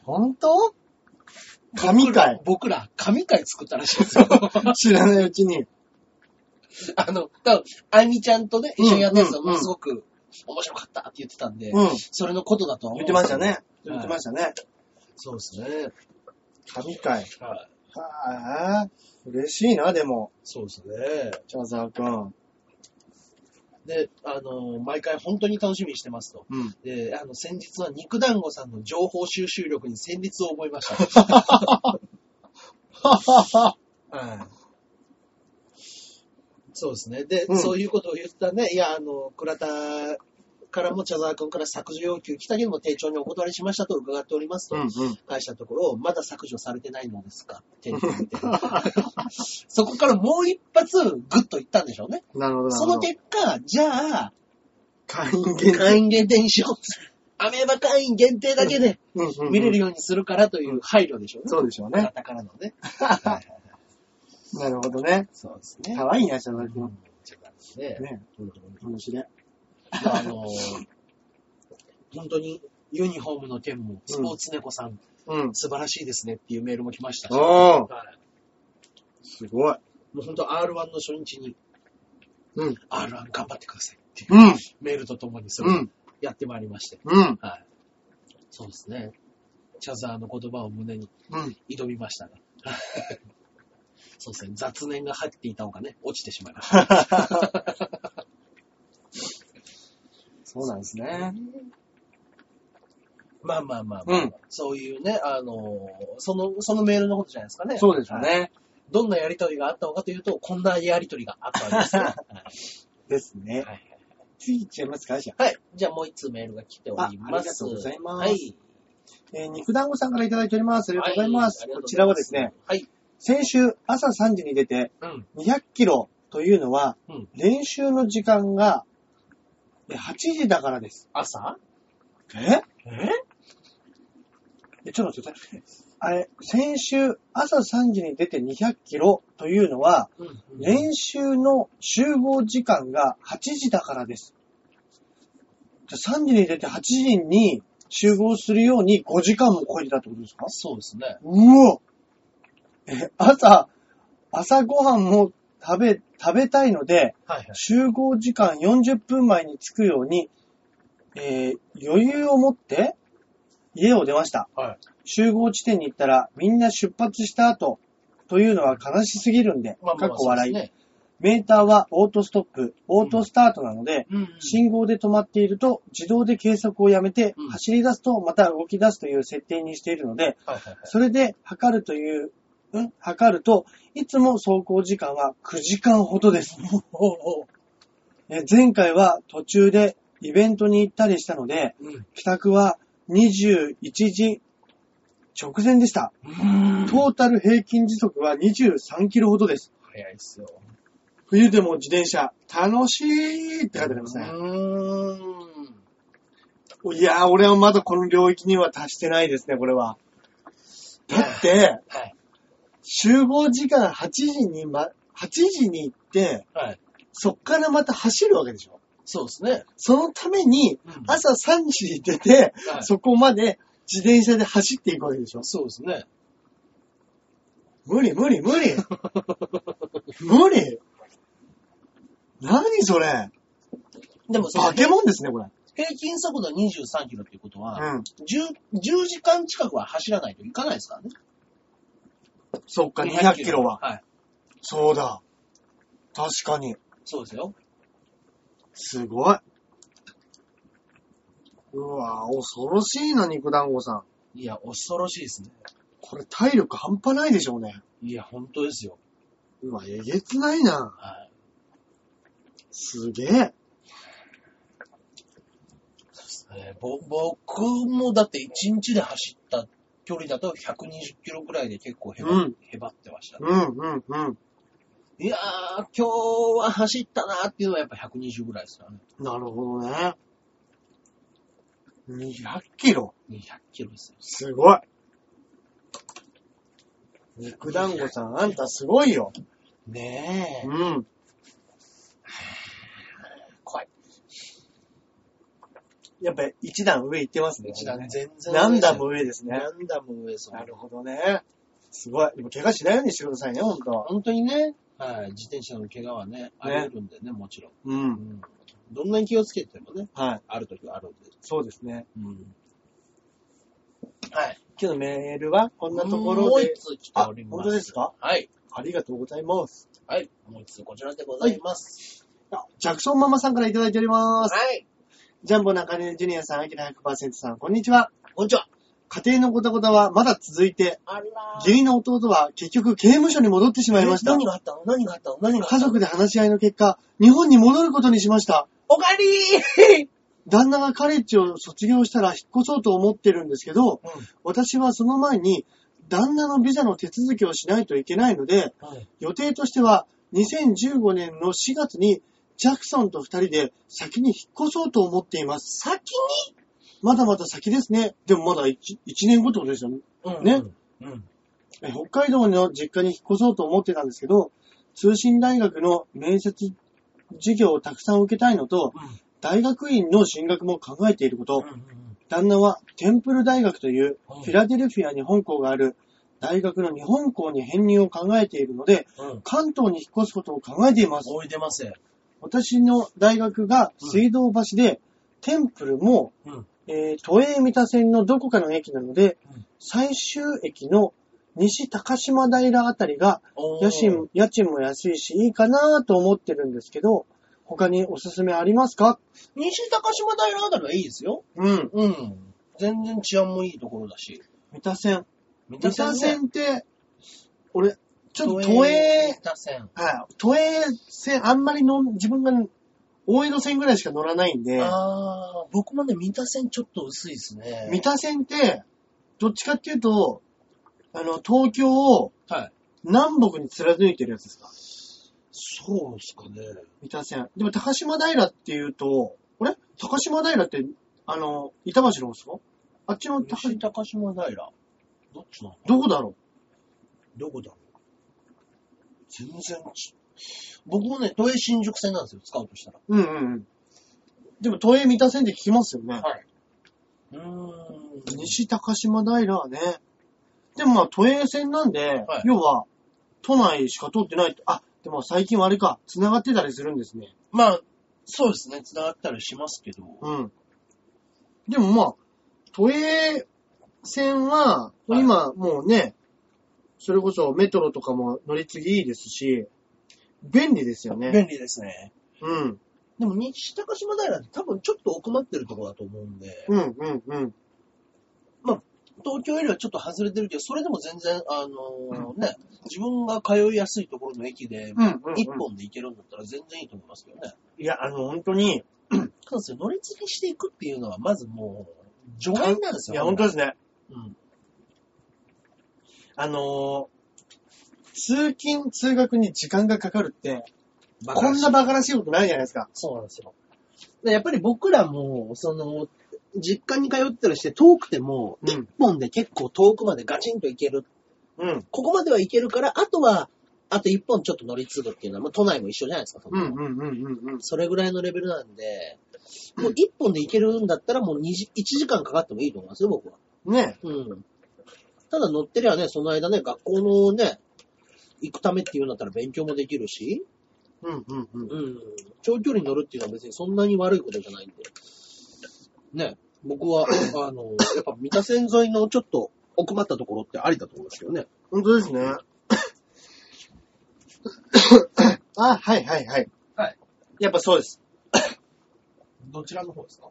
S2: 本当
S1: 神回。
S2: 僕ら、神回作ったらしいですよ。
S1: 知らないうちに。
S2: あの、多分あいみちゃんとね、一緒にやったやつは
S1: うんうん
S2: も
S1: うん
S2: のすごく面白かったって言ってたんで、
S1: うん。
S2: それのことだとは思う
S1: 言
S2: ん
S1: っ
S2: で
S1: て
S2: す
S1: ま
S2: け
S1: した
S2: ど
S1: ね。言ってましたね。
S2: そうですね。
S1: 神回。
S2: はい。
S1: はあ、嬉しいな、でも。
S2: そうですね。
S1: 茶沢くん。
S2: で、あの、毎回本当に楽しみにしてますと。
S1: うん。
S2: で、あの、先日は肉団子さんの情報収集力に戦慄を覚えま した。
S1: ははは。
S2: はい。そうですね。で、
S1: うん
S2: そういうことを言ったね、いや、あの、倉田からも茶沢君から削除要求来たけども、丁重にお断りしましたと伺っておりますと。
S1: うんうん。
S2: 返したところ、まだ削除されてないのですかって言 ってそこからもう一発グッといったんでしょうね。
S1: なるほど、なるほど。
S2: その結果、じゃあ、
S1: 会員 限定。
S2: 会員限定にしよう。アメーバ会員限定だけで
S1: うんうんうん
S2: 見れるようにするからという配慮でしょうね。
S1: そうでしょう
S2: あ
S1: ね
S2: な。たからのね。
S1: なるほどね。
S2: そうですね。
S1: 可愛いな、茶沢く。
S2: うんんちょっとあれですね
S1: ね。
S2: うん
S1: 面白い。
S2: まああのー本当にユニフォームの件も、スポーツ猫さん、
S1: うん。
S2: 素晴らしいですねっていうメールも来ましたし。
S1: おー、
S2: はい
S1: すごい。
S2: もう本当 R1 の初日に、
S1: うん。
S2: R1 頑張ってくださいっていう
S1: うん。
S2: メールとともにそれ
S1: う
S2: を
S1: ん。
S2: やってまいりまして。
S1: うん。
S2: はい。そうですね。チャザーの言葉を胸に
S1: うん。
S2: 挑みましたが。 そうですね。雑念が入っていたのがね、落ちてしまいました。
S1: そうなんですね。
S2: まあまあまあまあ、
S1: うん
S2: そういうね、あのーその、そのメールのことじゃないですかね。
S1: そうですよ
S2: はい。
S1: ね。
S2: どんなやりとりがあったのかというと、こんなやりとりがあった わけですね。はい
S1: ですね。
S2: はい
S1: 次いっちゃいますかじゃあ。
S2: はい。じゃあもう一通メールが来ております。
S1: あありがとうございます
S2: はい。
S1: えー肉団子さんからいただいております。あ
S2: あ
S1: りがとうございます。こちらはですね、。
S2: はい。
S1: 先週朝3時に出て
S2: うん。
S1: 200キロというのは
S2: うん、
S1: 練習の時間がえ8時だからです。
S2: 朝
S1: え
S2: え
S1: えちょっと待ってください。あれ、先週朝3時に出て200キロというのは、
S2: うん。
S1: 練習の集合時間が8時だからです。じゃあ3時に出て8時に集合するように5時間も超えてたってことですか
S2: そうですね。
S1: うおえ、朝、朝ごはんも食べ、食べたいので、
S2: はいはい。
S1: 集合時間40分前に着くように、えー余裕を持って家を出ました。
S2: はい
S1: 集合地点に行ったらみんな出発した後というのは悲しすぎるんで、
S2: まあま
S1: か
S2: あ
S1: っこ笑い、
S2: そうですね
S1: メーターはオートストップ、オートスタートなので、
S2: うんうん。
S1: 信号で止まっていると自動で計測をやめて
S2: うん
S1: 走り出すとまた動き出すという設定にしているので、
S2: はいはいはい。
S1: それで測るという、ん測ると、いつも走行時間は9時間ほどです。
S2: おうおう。
S1: え前回は途中でイベントに行ったりしたので、
S2: うん。
S1: 帰宅は21時直前でした。トータル平均時速は23キロほどです。
S2: 早いっすよ。
S1: 冬でも自転車、楽しいって書いてあります
S2: う
S1: ね。
S2: ーん。
S1: いやー、俺はまだこの領域には達してないですね、これは。だって、
S2: はい。
S1: 集合時間8時にま、8時に行って、
S2: はい。
S1: そっからまた走るわけでしょ。
S2: そうですね。
S1: そのために、
S2: うん
S1: 朝3時に出て、
S2: はい
S1: そこまで自転車で走っていくわけでしょ。
S2: そうですね。
S1: 無理無理無理無理何それ
S2: でもその
S1: 化け物ですね、これ。
S2: 平均速度23キロっていうことは、
S1: うん。
S2: 10, 10時間近くは走らないといかないですからね。
S1: そっか、200キロは。
S2: はい。
S1: そうだ。確かに。
S2: そうですよ。
S1: すごい。うわぁ、恐ろしいな、肉団子さん。
S2: いや、恐ろしいですね。
S1: これ体力半端ないでしょうね。
S2: いや、本当ですよ。
S1: うわ、えげつないな。
S2: はい。
S1: すげえ。
S2: えーぼ僕もだって1日で走った距離だと120キロくらいで結構へば,、
S1: うん
S2: へばってましたね。
S1: うん、うん、うん。
S2: いやー、今日は走ったなーっていうのはやっぱ120ぐらいですよね。
S1: なるほどね。200キロ
S2: 200キロですよ。
S1: すごい。肉団子さん、あんたすごいよ。
S2: ねえ、
S1: うん。
S2: 怖い。
S1: やっぱ一段上行ってますね。
S2: 一段全然。
S1: 何段も。上ですね。
S2: 何段も上ですよ。
S1: なるほどね。すごい。でも怪我しないようにしてくださいね、ほんと。
S2: 本当にね、はい、自転車の怪我はね、あり得るんでね、もちろん。
S1: う。
S2: うんん。どんなに気をつけてもね、
S1: はい。
S2: ある時はあるんで。
S1: そうですね。
S2: うん。はい。
S1: 今日のメールはこんなとこ
S2: も
S1: ろ
S2: う
S1: で
S2: 一。つ来ております。
S1: あ本当ですか
S2: はい。
S1: ありがとうございます。
S2: はい。もう一つこちらでございます。
S1: あジャクソンママさんからいただいております。
S2: はい。
S1: ジャンボ中根ジュニアさん、アキラ100%さん、こんにちは。
S2: こんにちは。
S1: 家庭のごたごたはまだ続いて、
S2: あら
S1: 義理の弟は結局刑務所に戻ってしまいました。
S2: 何があったの何があったの何があった
S1: 家
S2: の
S1: 族で話し合いの結果、日本に戻ることにしました。
S2: おかえりー
S1: 旦那がカレッジを卒業したら引っ越そうと思ってるんですけど、私はその前に旦那のビザの手続きをしないといけないので、
S2: はい
S1: 予定としては2015年の4月にジャクソンと2人で先に引っ越そうと思っています。
S2: 先に
S1: まだまだ先ですね。でもまだ 1, 年後ってことですよね。
S2: うん
S1: ね
S2: うん。
S1: え北海道の実家に引っ越そうと思ってたんですけど、通信大学の面接授業をたくさん受けたいのと、大学院の進学も考えていること、
S2: うんうん
S1: 旦那はテンプル大学という
S2: うん
S1: フィラデルフィアに本校がある大学の日本校に編入を考えているので、
S2: うんうん。
S1: 関東に引っ越すことを考えています。
S2: おいでませ。
S1: 私の大学が水道橋で、テンプルも、
S2: うん
S1: えー都営三田線のどこかの駅なので、
S2: うん
S1: 最終駅の西高島平あたりが
S2: おー
S1: 家賃家賃も安いしいいかなと思ってるんですけど、他におすすめありますか
S2: 西高島平あたりはいいですよ。
S1: うん。
S2: うん。全然治安もいいところだし。
S1: 三田線。
S2: 三
S1: 三田線って、俺、ちょっと都営
S2: 三、田線。
S1: はい、都営線、あんまりの、自分が大江戸線ぐらいしか乗らないんで、
S2: あー、僕もね、三田線ちょっと薄いですね。
S1: 三田線って、どっちかっていうと、あの、東京を
S2: はい。
S1: 南北に貫いてるやつですか
S2: そうですかね。
S1: 三田線。でも高島平っていうと、あれ高島平って、あの、板橋の方ですかあっちの高
S2: 西高島平。どっちなの
S1: どこだろ
S2: どこだろう全然ち、僕もね、都営新宿線なんですよ、使うとしたら。
S1: ううんうんうん。でも都営三田線って聞きますよね。
S2: はい。うーん。
S1: 西高島平はね、でもまあ都営線なんで、
S2: はい
S1: 要は都内しか通ってないと、あ、でも最近はあれか、繋がってたりするんですね。
S2: まあ、そうですね、繋がったりしますけど。
S1: うん。でもまあ、都営線は、
S2: はい
S1: 今もうね、それこそメトロとかも乗り継ぎいいですし、便利ですよね。
S2: 便利ですね。
S1: うん。
S2: でも、西高島平って多分ちょっと奥まってるところだと思うんで、
S1: うんうんうん。
S2: 東京よりはちょっと外れてるけど、それでも全然、あのーね、自分が通いやすいところの駅で、
S1: うんうん、
S2: 一本で行けるんだったら全然いいと思いますけどね。
S1: いや、あの、本当に、
S2: そうですよ。乗り継ぎしていくっていうのは、まずもう、除外なんです
S1: い
S2: よ。
S1: や、本当ですね。
S2: うん。
S1: あのー通勤、通学に時間がかかるって、こんな
S2: 場
S1: バカらしいことないじゃないですか。
S2: そうなんですよ。でやっぱり僕らも、その、実家に通ったりして遠くても、
S1: うん
S2: 一本で結構遠くまでガチンと行ける。
S1: うん。
S2: ここまでは行けるから、あとは、あと一本ちょっと乗り継ぐっていうのは、まあ、都内も一緒じゃないですか。多
S1: うん
S2: 分
S1: うんうんうんうん。
S2: それぐらいのレベルなんで、もう一本で行けるんだったら、もう2時、1時間かかってもいいと思いますよ、僕は。
S1: ね
S2: うん。ただ乗ってりゃね、その間ね、学校のね、行くためっていうんだったら勉強もできるし、
S1: うんうんうん。
S2: うん。長距離に乗るっていうのは別にそんなに悪いことじゃないんで。ね、僕は、あの、やっぱ三田線沿いのちょっと奥まったところってありだと思いますけどね。
S1: 本当ですね。 あ、はいはいはい。
S2: はい。
S1: やっぱそうです。
S2: どちらの方ですか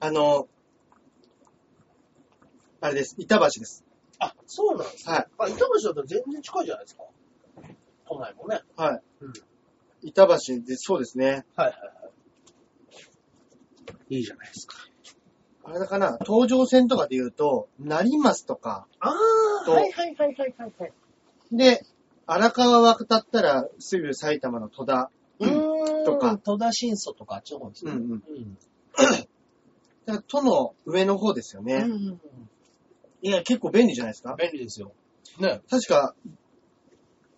S1: あのーあれです。板橋です。
S2: あ、そうなんですね。
S1: はい。
S2: あ、板橋だったら全然近いじゃないですか。都内もね。
S1: はい。
S2: うん
S1: 板橋で、そうですね。
S2: はいはいはい。いいじゃないですか。
S1: あれだかな、東上線とかで言うと、成増とか、
S2: ああ、
S1: と
S2: はいはいはいはいはいはい。
S1: で、荒川渡ったら、すぐ埼玉の戸田。
S2: うーん。
S1: とか
S2: 戸田新祖とかあっちの方ですね。
S1: うんうん
S2: ん。
S1: だから都の上の方ですよね。
S2: うんうんうん。
S1: いや、結構便利じゃないですか。
S2: 便利ですよ。ね。
S1: 確か、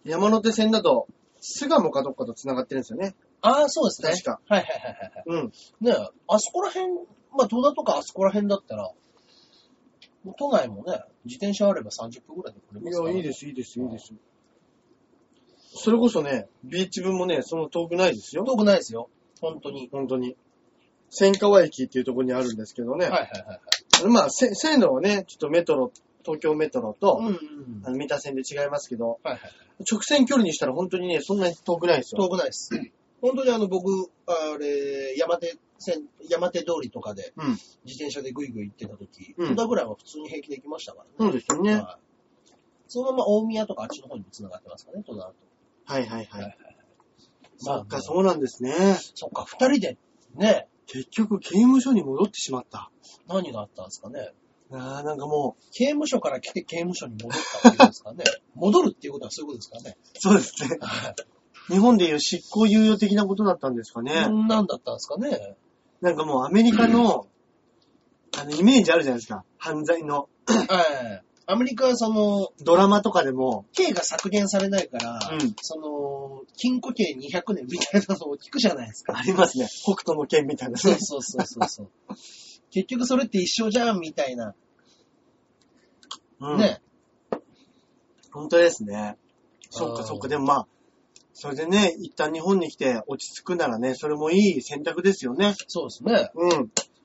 S1: 山手線だと、巣鴨かどっかと繋がってるんですよね。
S2: ああ、そうですね。
S1: 確か。
S2: はいはいはいはいはい。
S1: うん。
S2: ねあそこら辺、まあ、戸田とかあそこら辺だったら、もう都内もね、自転車あれば30分ぐらいで来れますから、ね。
S1: す、いいです、す。それこそね、ビーチ分もね、その遠くないですよ。
S2: 遠くないですよ。本当に。
S1: 本当に。千川駅っていうところにあるんですけどね。
S2: はいはいはい
S1: まあ、せ線路はね、ちょっとメトロ、東京メトロ
S2: はい。
S1: と、
S2: んうん
S1: あの三田線で違いますけど、
S2: はいはい。
S1: 直線距離にしたら本当にね、そんなに遠くないですよ。
S2: 遠くないです。本当にあの、僕、あれ、山手線、山手通りとかで、
S1: うん
S2: 自転車でぐいぐい行ってた時、
S1: うん
S2: 戸田ぐらいは普通に平気で行きましたからね。
S1: そうですよね。
S2: はいそのまま大宮とかあっちの方にも繋がってますからね、戸田と。
S1: はいはいはい。
S2: まあ
S1: そっか、そうなんですね。
S2: そっか、二人で、ね、
S1: 結局、刑務所に戻ってしまった。
S2: 何があったんですかね。
S1: ああ、なんかもう、
S2: 刑務所から来て刑務所に戻ったっていうことです かね。戻るっていうことはそういうことですかね。
S1: そうですね。日本でいう執行猶予的なことだったんですかね。
S2: そんなんだったんですかね。
S1: なんかもうアメリカの、あの、イメージあるじゃないですか。犯罪の
S2: はい。アメリカはその、
S1: ドラマとかでも、
S2: 刑が削減されないから、
S1: うん
S2: その、禁錮刑200年みたいなのを聞くじゃないですか。
S1: ありますね。北斗の剣みたいなね。
S2: そうそうそうそうそう。 結局それって一緒じゃんみたいな。
S1: うん、
S2: ね。
S1: 本当ですね。そっ
S2: あ
S1: か
S2: ー
S1: そっか。でもまあ、それでね、一旦日本に来て落ち着くならね、それもいい選択ですよね。
S2: そうですね。
S1: うん。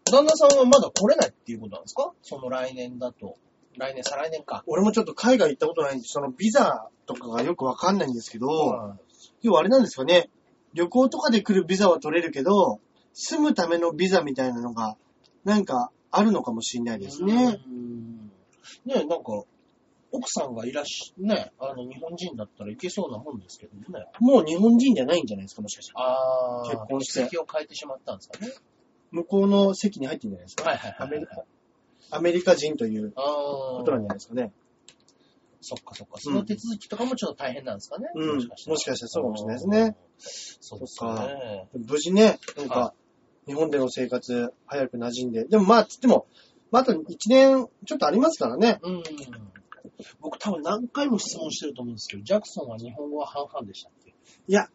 S2: 旦那さんはまだ来れないっていうことなんですかその来年だと。来年、再来年か。
S1: 俺もちょっと海外行ったことないんで、そのビザとかがよくわかんないんですけど、
S2: はい
S1: 要はあれなんですかね、旅行とかで来るビザは取れるけど、住むためのビザみたいなのが、なんかあるのかもしれないですね。。
S2: うんねえ、なんか、奥さんがいらっし、ね、あの、日本人だったらいけそうなもんですけどね。
S1: もう日本人じゃないんじゃないですか、もしかしたら。
S2: あ
S1: 結婚して
S2: 籍を変えてしまったんですかね。
S1: 向こうの席に入ってんじゃないですか。
S2: はいはいはい。
S1: アメリカ。アメリカ人という
S2: あ
S1: こ
S2: あ
S1: となんじゃないですかね。
S2: そっかそっか。その手続きとかもちょっと大変なんですかね。
S1: うんもしかしたらそうかもしれないですね。
S2: そうですね。
S1: 無事ね、なん
S2: は
S1: か、日本での生活、早く馴染んで。でもまあ、つっても、まあ、あと1年ちょっとありますからね。
S2: うん。僕多分何回も質問してると思うんですけど、ジャクソンは日本語は半々でしたっけ
S1: いや、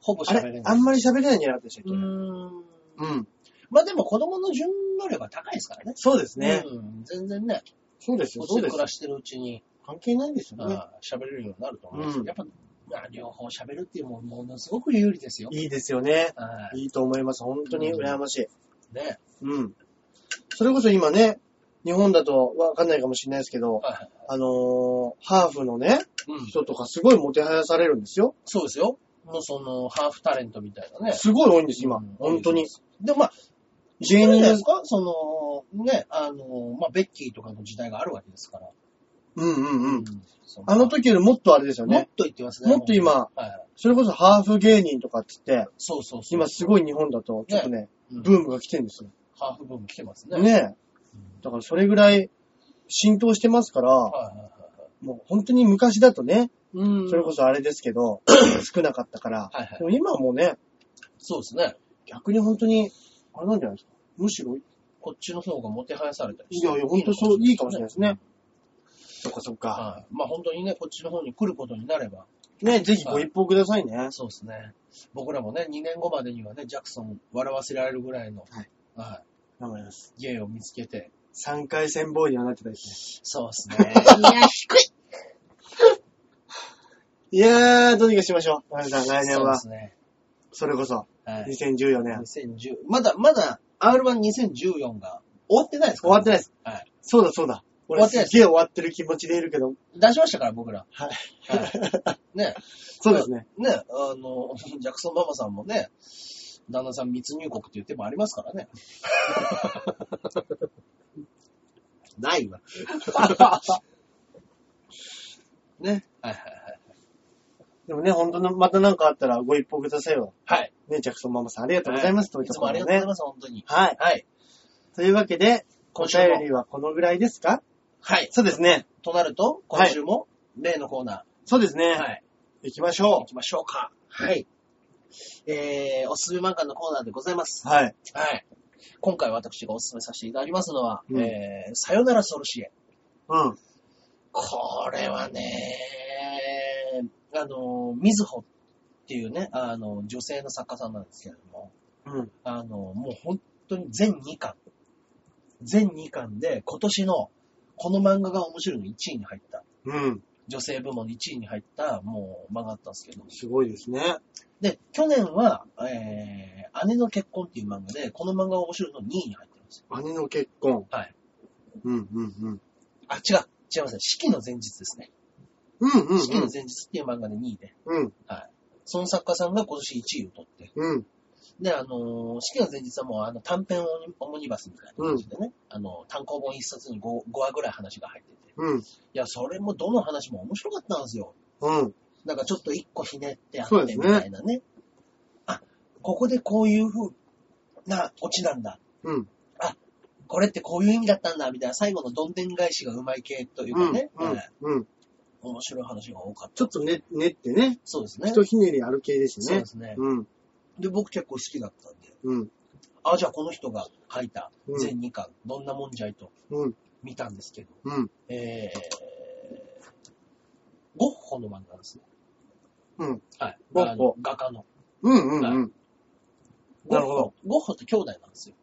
S2: ほぼ
S1: あ
S2: 喋れな
S1: れ
S2: い、。
S1: あんまり喋れないんじゃなかったでしたっけ
S2: うーん。
S1: うん。
S2: まあでも子供の順応力が高いですからね。
S1: そうですね。
S2: うん。全然ね、
S1: そうですよ、
S2: こ
S1: そ
S2: っち
S1: う
S2: で
S1: です
S2: 暮
S1: よ
S2: ら。してるうちに、
S1: 関係ないんですよね。
S2: あー喋れるようになると思います。
S1: うん
S2: やっぱ、まあ、両方喋るっていうものものすごく有利ですよ。
S1: いいですよね。
S2: はい。
S1: いいと思います。本当に羨ましい。
S2: ね。
S1: うん。それこそ今ね、日本だとわかんないかもしれないですけど、
S2: はいはい。
S1: あのーハーフのね、
S2: うん。
S1: 人とかすごいもてはやされるんですよ。
S2: そうですよ。もうその、ハーフタレントみたいなね。
S1: すごい多いんです、今。
S2: うん
S1: 本当に。。
S2: でもまあ、
S1: 芸人
S2: いいんじゃない
S1: で
S2: ですす。かその、ね、あの、まあ、ベッキーとかの時代があるわけですから。
S1: うんうんうん。
S2: そ
S1: あの時よりもっとあれですよ
S2: もっ
S1: ね。
S2: と言ってますね。
S1: もっと今
S2: はいはい。
S1: それこそハーフ芸人とかってって、
S2: そうそうそう。
S1: 今すごい日本だと、ちょっとね、
S2: うん
S1: ブームが来てるんですよ。
S2: ハーフブーム来てますね。
S1: ね
S2: うん
S1: だからそれぐらい浸透してますから、
S2: はいはいはいはい。
S1: もう本当に昔だとね、
S2: うん
S1: それこ。そあれですけ ど、少なかったから、
S2: はいはい
S1: でも今はもうね、
S2: そうですね。
S1: 逆に本当に、あれなんじゃないですか。むしろ、
S2: こっちの方がもてはやされた
S1: い
S2: りして。
S1: やいや、本当そう、いいかもしれないですね。。そっかそっか。
S2: はい。まあ本当にね、こっちの方に来ることになれば、
S1: ね、ぜひご一報くださいね。
S2: そうですね。僕らもね、2年後までにはね、ジャクソンを笑わせられるぐらいの、
S1: はい。
S2: は
S1: 頑張ります。
S2: い。芸を見つけて。
S1: 3回戦ボーイにはなってたです
S2: そうですね。いや、低い
S1: ね。いやー、どうにかしましょう。皆さん、来年
S2: そうで
S1: は、
S2: すね。
S1: それこそ、
S2: はい。
S1: 2014年。
S2: 2010、まだ、まだ、R12014 が終わってないですか
S1: 終わってない
S2: い。
S1: です。
S2: はい。
S1: そうだそうだ。
S2: 終
S1: 俺
S2: わって
S1: すげ
S2: ない
S1: え
S2: です
S1: 終わってる気持ちでいるけど、
S2: 出しましたから、僕ら。
S1: はい。
S2: はい。ね。
S1: そうですね。
S2: ね、あの、 ジャクソンママさんもね、旦那さん密入国っていう手もありますからね。 ないわ。 ね。はいはい
S1: でもね、本当の、また何かあったらご一報くださいよ。
S2: はい。はい。
S1: ね、ジャクソンママさんありがとうございます。
S2: はい、いつもありがとうございます、本当に。
S1: す。はい。
S2: はい。
S1: というわけで、お
S2: 今週
S1: 便
S2: も。
S1: りはこのぐらいですか
S2: はい。
S1: そうですね。
S2: となると、今週も、例のコーナ
S1: そうですね。
S2: ー。はい。
S1: 行きまし
S2: 行
S1: ょ
S2: きましょうか。はい。えー、おすすめ漫画のコーナーでございます。
S1: う。はい。
S2: はい。今回私がおすすめさせていただきますのは、
S1: うん
S2: えー、さよならソルシエ。
S1: うん。
S2: これはね、あの、みずほっていうね、あの、女性の作家さんなんですけれども、
S1: うん。
S2: あの、もう本当に全2巻。全2巻で今年のこの漫画が面白いの1位に入った。
S1: うん。
S2: 女性部門1位に入った、もう漫画だったんですけど。
S1: すごいですね。
S2: で、去年は、えー、姉の結婚っていう漫画で、この漫画が面白いの2位に入ってるんですよ。
S1: 姉の結婚。
S2: はい。
S1: うん、うん、うん。
S2: あ、違う。違いますね。式の前日ですね。
S1: うん、うん、
S2: 式の前日っていう漫画で2位で。
S1: うん。
S2: その作家さんが今年1位を取って。
S1: うん。
S2: で、あのー式の前日はもうあの短編オニオムニバスみたいな感じでね、あの、単行本一冊に 5, 5話ぐらい話が入ってて。
S1: うん。
S2: いや、それもどの話も面白かったんですよ。
S1: うん。
S2: なんかちょっと一個ひねってあっ
S1: そうで
S2: て
S1: す
S2: み
S1: ね
S2: たいなね。あ、ここでこういう風なオチなんだ。
S1: うん。
S2: これってこういう意味だったんだ、みたいな最後のどんでん返しがうまい系とい
S1: う
S2: うか
S1: ん
S2: ね、
S1: うん
S2: え。
S1: うん。
S2: ー面白い話が多かった。
S1: ちょっとね、練ってね。
S2: そうですね。
S1: ひとひねりある系です
S2: そう
S1: ね
S2: で。すね。
S1: うん。
S2: で、僕結構好きだったんで、
S1: うん。
S2: あ、じゃあこの人が書いた
S1: うん
S2: 全2巻、どんなもんじゃいと
S1: うん。
S2: 見たんですけど、
S1: うん。
S2: えー、ゴッホの漫画ですね。
S1: うん。
S2: はい。
S1: ゴッホ
S2: あの画家の。
S1: うん。うん。うん。
S2: ゴ
S1: な
S2: ッ
S1: るほ
S2: ホ
S1: ど、
S2: ゴッホって兄弟なんですよ。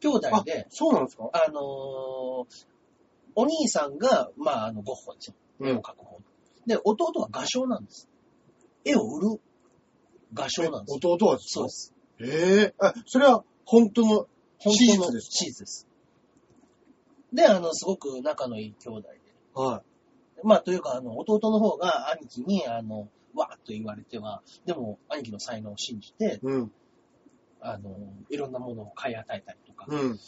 S2: 兄弟で、
S1: そうなんですか
S2: あ、のーお兄さんが、まあ、あの、ゴッホですよ。
S1: うん
S2: 絵を描く方。で、弟は画商なんです。絵を売る画商なんですよ。
S1: 弟は
S2: そうです。
S1: ええあ、それは本当の
S2: 本
S1: 史
S2: 当
S1: 実
S2: の
S1: です
S2: 史実です。で、あの、すごく仲のいい兄弟で。
S1: かは
S2: まあ、というか、あの、弟の方が兄貴に、あの、わーっと言われては、でも、兄貴の才能を信じて、
S1: い。うん。
S2: あの、いろんなものを買い与えたりとか、
S1: うん。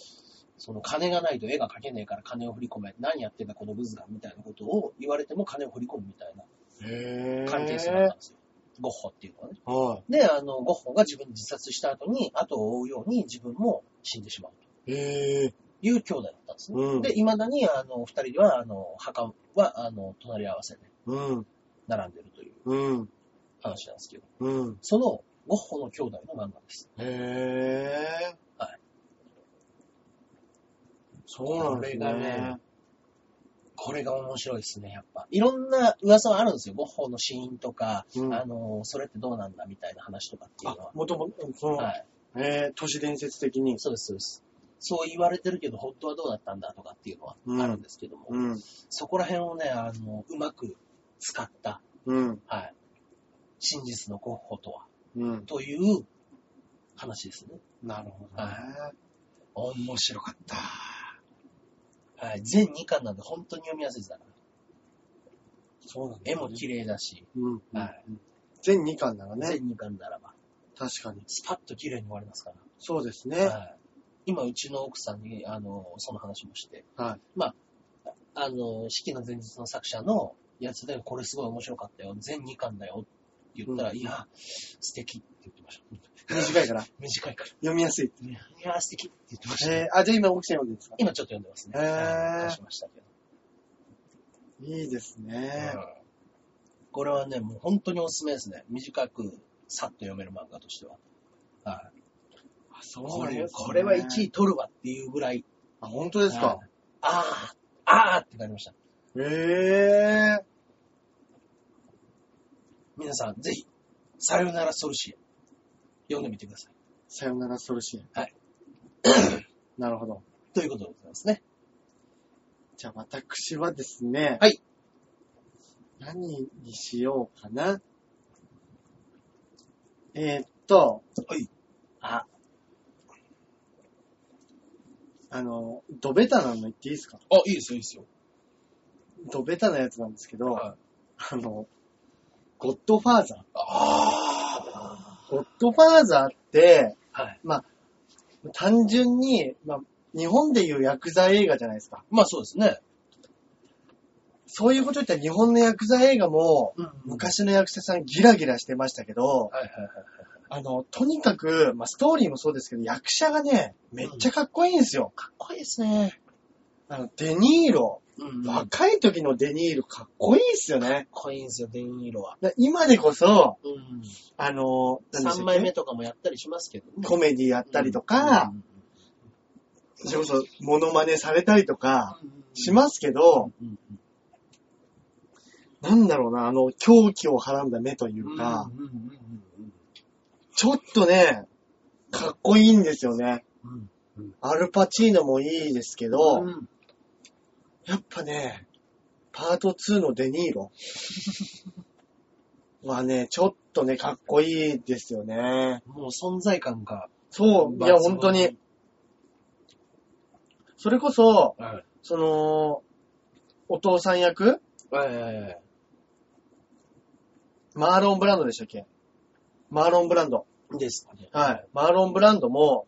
S2: その金がないと絵が描けねえから金を振り込め。何やってんだこのブズがみたいなことを言われても金を振り込むみたい
S1: へえ
S2: な関係性だったんですよ。ゴッホっていうのはね。
S1: は
S2: で、あの、ゴッホが自分で自殺した後に、後を追うように自分も死んでしまうと
S1: い。へえ
S2: いう兄弟だったんですね。
S1: うん
S2: で、未だに、あの、二人では、あの、墓は、あの、隣り合わせで
S1: うん。
S2: 並んでるという
S1: うん。
S2: 話なんですけど、
S1: うん。
S2: そのゴッホの兄弟の漫画です。
S1: へえ
S2: は
S1: そうなんですね。
S2: これがねこれが面白いですね、やっぱ。いろんな噂はあるんですよ。ゴッホの死因とか、
S1: うん
S2: あの、それってどうなんだみたいな話とかっていうの
S1: あ
S2: は、。
S1: もともと、その、
S2: はい。
S1: えー、都市伝説的に。
S2: そうです、そうです。そう言われてるけど、本当はどうだったんだとかっていうのは
S1: うん
S2: あるんですけども、
S1: うん。
S2: そこら辺をね、あの、うまく使った、
S1: うん。
S2: はい。真実のゴッホとは、
S1: うん。
S2: という話ですね。
S1: なるほどね。
S2: は面白かった。はい。全2巻なんで本当に読みやすいですだから。
S1: そうなんだ、
S2: 絵も綺麗だし、
S1: うん。
S2: はい
S1: 全2巻ならね。
S2: 全2巻ならば、
S1: 確かに。
S2: スパッと綺麗に終わりますから。
S1: そうですね。
S2: はい、今、うちの奥さんに、あの、その話もして、
S1: はい
S2: まあ、あの、式の前日の作者のやつで、これすごい面白かったよ。全2巻だよ。って言ったら、
S1: うん
S2: いや、素敵って言ってました。
S1: 短いから。
S2: 短いから。
S1: 読みやすい。
S2: いや、いや素敵って言ってました。
S1: えー、あ、じゃあ今奥さん読んでるんですか
S2: 今ちょっと読んでますね。
S1: へー
S2: はい出しましたけど、
S1: いいですね。
S2: うんこれはね、もう本当におすすめですね。短く、さっと読める漫画としては。はい
S1: あ、
S2: こ
S1: そうです、
S2: れ
S1: ね。
S2: これは1位。取るわっていうぐらい。
S1: あ、本当です
S2: はい
S1: か。
S2: ああ、ああってなりました。
S1: へえ
S2: 皆さん、ぜひ、さよならソルシエ、読んでみてください。
S1: さよならソルシエ。
S2: はい。
S1: なるほど。
S2: ということでございますね。
S1: じゃあ私はですね。
S2: はい。
S1: 何にしようかな。えー、っと、
S2: はい。あ、
S1: あの、ドベタなの言っていいですか
S2: あ、いいですよ、いいですよ。
S1: ドベタなやつなんですけど、
S2: はい
S1: あの、ゴッドファーザ
S2: あ
S1: ー。ゴッドファーザーって、
S2: あ。はい。
S1: 単純に、まあ、日本でいうヤクザ映画じゃないですか。
S2: まあそうですね。
S1: そういうこと言ったら日本のヤクザ映画も、
S2: うん。
S1: 昔の役者さんギラギラしてましたけど、
S2: はいはいはい。
S1: あの、とにかく、まあ、ストーリーもそうですけど、役者がね、めっちゃかっこいいんですよ。
S2: かっこいいですね。
S1: あの、デニーロ。
S2: うんかっ
S1: 若い時のデニーロかっこいいっすよね。
S2: こいいんですよ、デンイーロは。
S1: だ今でこそ、
S2: うん。
S1: あの、何でしたっけ
S2: 3枚目とかもやったりしますけどね。
S1: コメディやったりとか、それこそ、モノマネされたりとか、
S2: うん、
S1: しますけど、
S2: うん
S1: なんだろうな、あの、狂気をはらんだ目といううんか、
S2: うんうんうん
S1: ちょっとね、かっこいいんですよね。
S2: うんうん。
S1: アルパチーノもいいですけど、
S2: うん
S1: やっぱね、パート2のデニーロはね、ちょっとね、かっこいいですよね。
S2: もう存在感が。
S1: そう、いや、本当に。。それこそ、
S2: はい。
S1: その、お父さん役
S2: はいはいはい。
S1: マーロン・ブランドでしたっけマーロン・ブランド。
S2: ですね。
S1: はい。マーロン・ブランドも、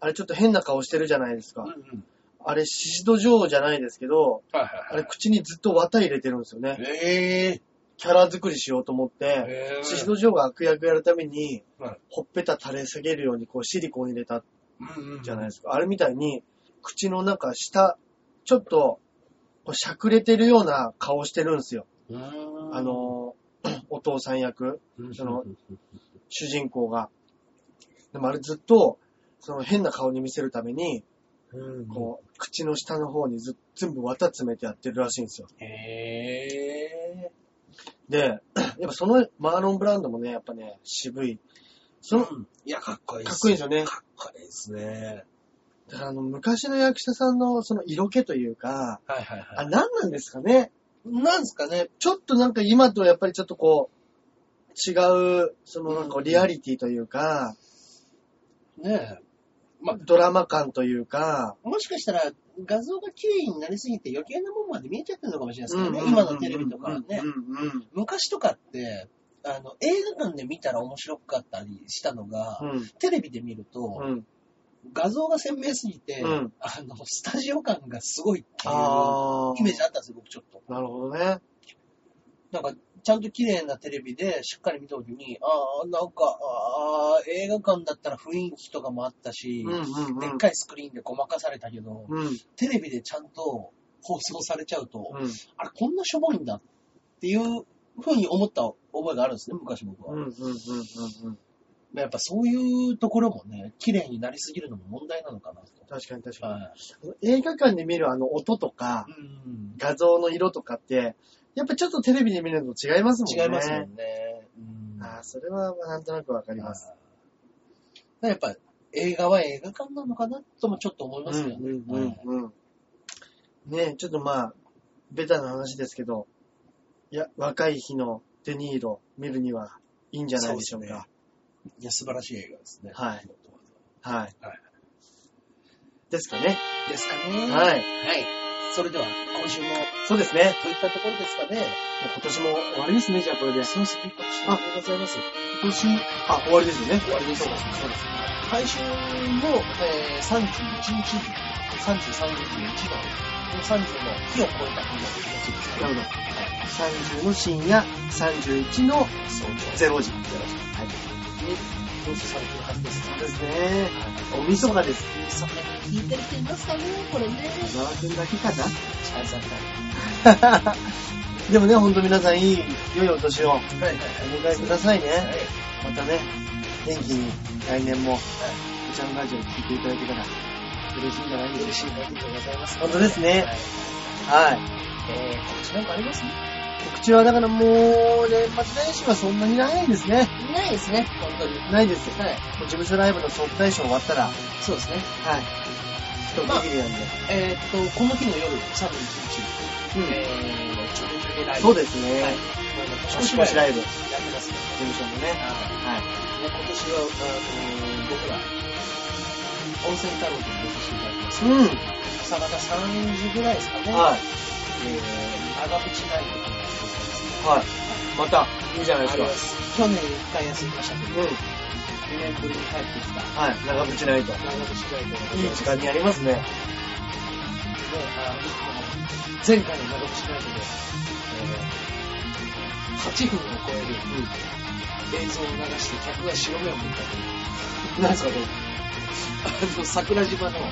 S1: あれちょっと変な顔してるじゃないです
S2: うんう
S1: か。
S2: ん。
S1: あれ、シシド・ジョーじゃないですけど、
S2: はい
S1: あ
S2: はいは
S1: れ
S2: い。
S1: 口にずっと綿入れてるんですよね。
S2: え
S1: キャラ作りしようと思っ
S2: ぇ
S1: て、
S2: ー。
S1: シシド・ジョーが悪役やるために
S2: はい、
S1: ほっぺた垂れ下げるようにこうシリコン入れた
S2: うんうん
S1: じゃない
S2: い
S1: ですか。あれみたいに、口の中下、ちょっと、こうしゃくれてるような顔してるんですよ。あ
S2: あ、
S1: の ー、お父さん役、その、主人公が。でもあれずっと、その変な顔に見せるために、
S2: うん
S1: こう、口の下の方にず全部綿詰めてやってるらしいんですよ。
S2: う。へ
S1: で、 やっぱそのマーロンブランドもね、やっぱね、渋い。
S2: ぇ
S1: そ
S2: ー。
S1: の、か
S2: うんいや、かっこいい
S1: っこいいんです
S2: す
S1: よね。
S2: かっこいいですね。
S1: だからあの、昔の役者さんのその色気というか、
S2: はいはいは
S1: あ、
S2: い。
S1: 何なんですかね。
S2: なんですかね。
S1: ちょっとなんか今とやっぱりちょっとこう、違う、そのなんか
S2: うん
S1: リアリティというか、
S2: ねえ。まあ
S1: ドラマ感というか、
S2: もしかしたら、画像が綺麗になりすぎて余計なもんまで見えちゃってるのかもしれないですけどね。
S1: うん
S2: 今のテレビとかはね
S1: うん。うん
S2: 昔とかって、あの、映画館で見たら面白かったりしたのが、
S1: うんうん
S2: テレビで見ると、
S1: うんうん。
S2: 画像が鮮明すぎて、
S1: うん
S2: あの、スタジオ感がすごいっていう
S1: あ
S2: イメージ
S1: ー。
S2: あったんですよ、僕ちょっと。
S1: なるほどね。
S2: なんか、ちゃんと綺麗なテレビでしっかり見たときに、ああ、なんか、ああ、映画館だったら雰囲気とかもあったし、
S1: うんうん
S2: で
S1: う
S2: っ
S1: ん。
S2: かいスクリーンでごまかされたけど、
S1: うん
S2: テレビでちゃんと放送されちゃうと、
S1: うん
S2: あれ、こんなしょぼいんだっていうふうに思った覚えがあるんですね、昔僕は。
S1: うんうんうんうんうん。
S2: やっぱそういうところもね、綺麗になりすぎるのも問題なのかなと。
S1: 確かに確かに。
S2: はい。
S1: 映画館で見るあの音とか、
S2: うん。
S1: 画像の色とかって、やっぱちょっとテレビで見るのと違いますもんね。
S2: 違いますもんね。うん。
S1: ああ、それはなんとなくわかります。
S2: はいやっぱ映画は映画館なのかなともちょっと思いますけどね。
S1: うんうんうんうん。ねえちょっとまあ、ベタな話ですけど、いや、若い日のデニーロ見るにはいいんじゃないでしょうか。
S2: そうですいや、素晴らしい映画ですね。
S1: はい。はい。
S2: はい
S1: ですかね。
S2: ですかね。は
S1: は
S2: い。
S1: い。
S2: それでは、今週も、
S1: そうですね。
S2: といったところですかね。
S1: もう今年も終わりですね、じゃあこれで。
S2: その先、今週でございます。今週、
S1: あ、終わりですよね。
S2: 終わりです
S1: そうです。そうです。
S2: 来週の、えー、31日時、33日の1時、30の日を超えた日の1時です
S1: な
S2: ね。
S1: るほど。30の深夜、31の
S2: 早朝。
S1: 0時。
S2: ゼロ時。はい。に、放送されてるはずです。
S1: そうですね。おみそがです。
S2: そんなに聞いてる人いますかねこれね。
S1: 小川くんだけかな
S2: チャンさんから。
S1: でもね、ほんと皆さんいい、良いお年をお
S2: はいはい
S1: 迎えください
S2: はい。
S1: ね。またね、元気に来年も、おちゃんラジオ聞いていただけたら嬉しいんじゃないでしょう
S2: 嬉しい限りでございます。
S1: 本当ですね
S2: はい
S1: か。はい。
S2: えー、告知なんかあります
S1: 告知はだからもう、年末年始はそんなにないですね。
S2: ないですね。本当に。
S1: ないです。も
S2: はい。
S1: う事務所ライブの総大賞終わったら、は
S2: そうですね。
S1: い。一区切りなんで。
S2: えー、っと、この日の夜、31日、
S1: うん。
S2: えー、ちょうどライブ。
S1: そうです
S2: は
S1: ね
S2: い。。
S1: 年越しライブ、事
S2: やってますね。
S1: 務所もね。
S2: はい。
S1: はい。
S2: 今年は、あのー、僕ら、温泉太郎というしていただきます。
S1: うん。
S2: 朝方3時ぐらいですかね。
S1: はい。
S2: えー、長渕ライブというのをやってます。
S1: はい。また、いいじゃない
S2: あ
S1: で
S2: りますす。去年1回休みましたけ
S1: か。
S2: ど、
S1: うん。
S2: 2年ぶりに帰ってきた
S1: はい。長渕ナイト。
S2: 長渕ライブ
S1: いい時間にありますね。
S2: あの前回の長渕ライブで、えー8分を超える映像を流して客が白目を向いたという
S1: なんですかね。
S2: あの、桜島の
S1: うん。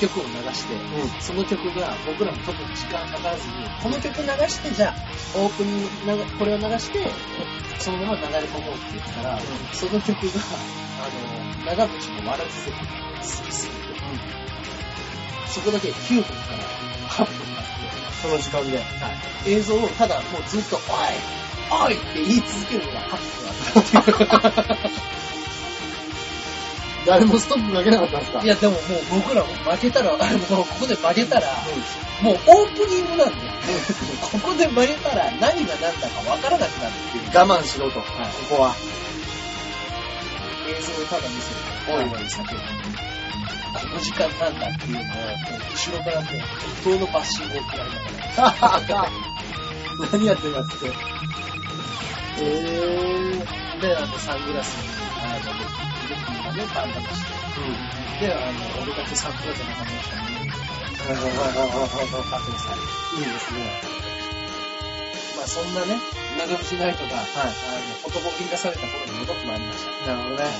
S2: 一曲を流して、
S1: う
S2: その曲が僕らも特に時間かからずに、この曲流して、じゃあ、オープニング流、これを流して、そのまま流れ込もうって言ったら、その曲が、あの、長渕のわらびせすぎすぎて、そこだけ9分から8分になって、
S1: その時間で。
S2: はい、映像をただもうずっと、おいおいって言い続けるのが8分だったっていう。
S1: 誰もストップかけなかったんですか
S2: いや、でももう僕らも負けたら、あ の、ここで負けたら、もうオープニングなんで、ここで負けたら何が何だか分からなくなるっていう
S1: 我慢しろと。ここは。
S2: 映像をただ見せる。おいおい叫ぶ。この時間なんだっていうのを、後ろからもう、不当のバッシングを食らいながら。
S1: 何やってんだっつって。えー。
S2: で、あの、サングラスに、あの、僕がね、バンダナして、で、あの、俺だけサングラスの中に入って、
S1: い
S2: カットされ
S1: いですね。
S2: まあそんなね、長渕ナイトが、
S1: はい
S2: あの、ほとぼけに出された頃に戻ってまいりました。
S1: なるほどね。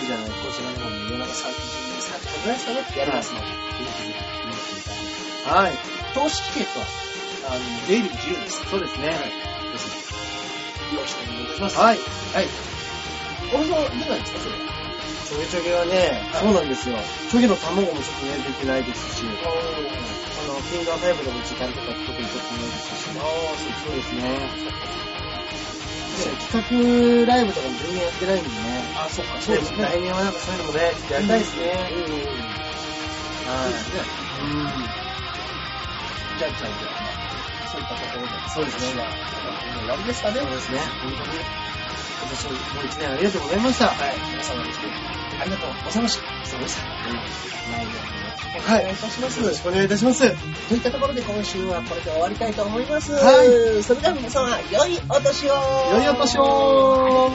S1: いいじゃない
S2: こちらの方に夜中3時、3時ぐらいですかね、やりますので、ぜひぜひ見ていただいて。
S1: はい。
S2: 投資チケットは、あの、出入り自由です。
S1: そうですね。
S2: ですのでよろしくお願いいたします。
S1: はい。
S2: はい。お店は出ないんですか、それは。
S1: ちょげちょげはね、
S2: はい
S1: そうなんですよ。ちょげの卵もちょっとね、出てないですし、あの、フィンガータイプでも時間とか特に取ってないですし、
S2: ああ、そう
S1: そうですね。企画ライブとかも全然やってないんでね。
S2: あ、そうか、そうですね。
S1: 来年はなんかそういうのもね、やりたいですね。
S2: うんうんうん。いいですね。じゃあ、じゃあ、じゃあ、そういったところで。
S1: そうですね
S2: じゃあ終わりですかね。
S1: そうですね。本当に。今年もう一年ありがとうございました。
S2: はい、皆様ですね、ありがとうございました。
S1: そうでした。
S2: 内容もよろしくお
S1: はい
S2: 願いいたします。
S1: よろしくお願いいたします。
S2: といったところで今週はこれで終わりたいと思います。
S1: はい
S2: それでは皆様、良いお年を
S1: 良いお年を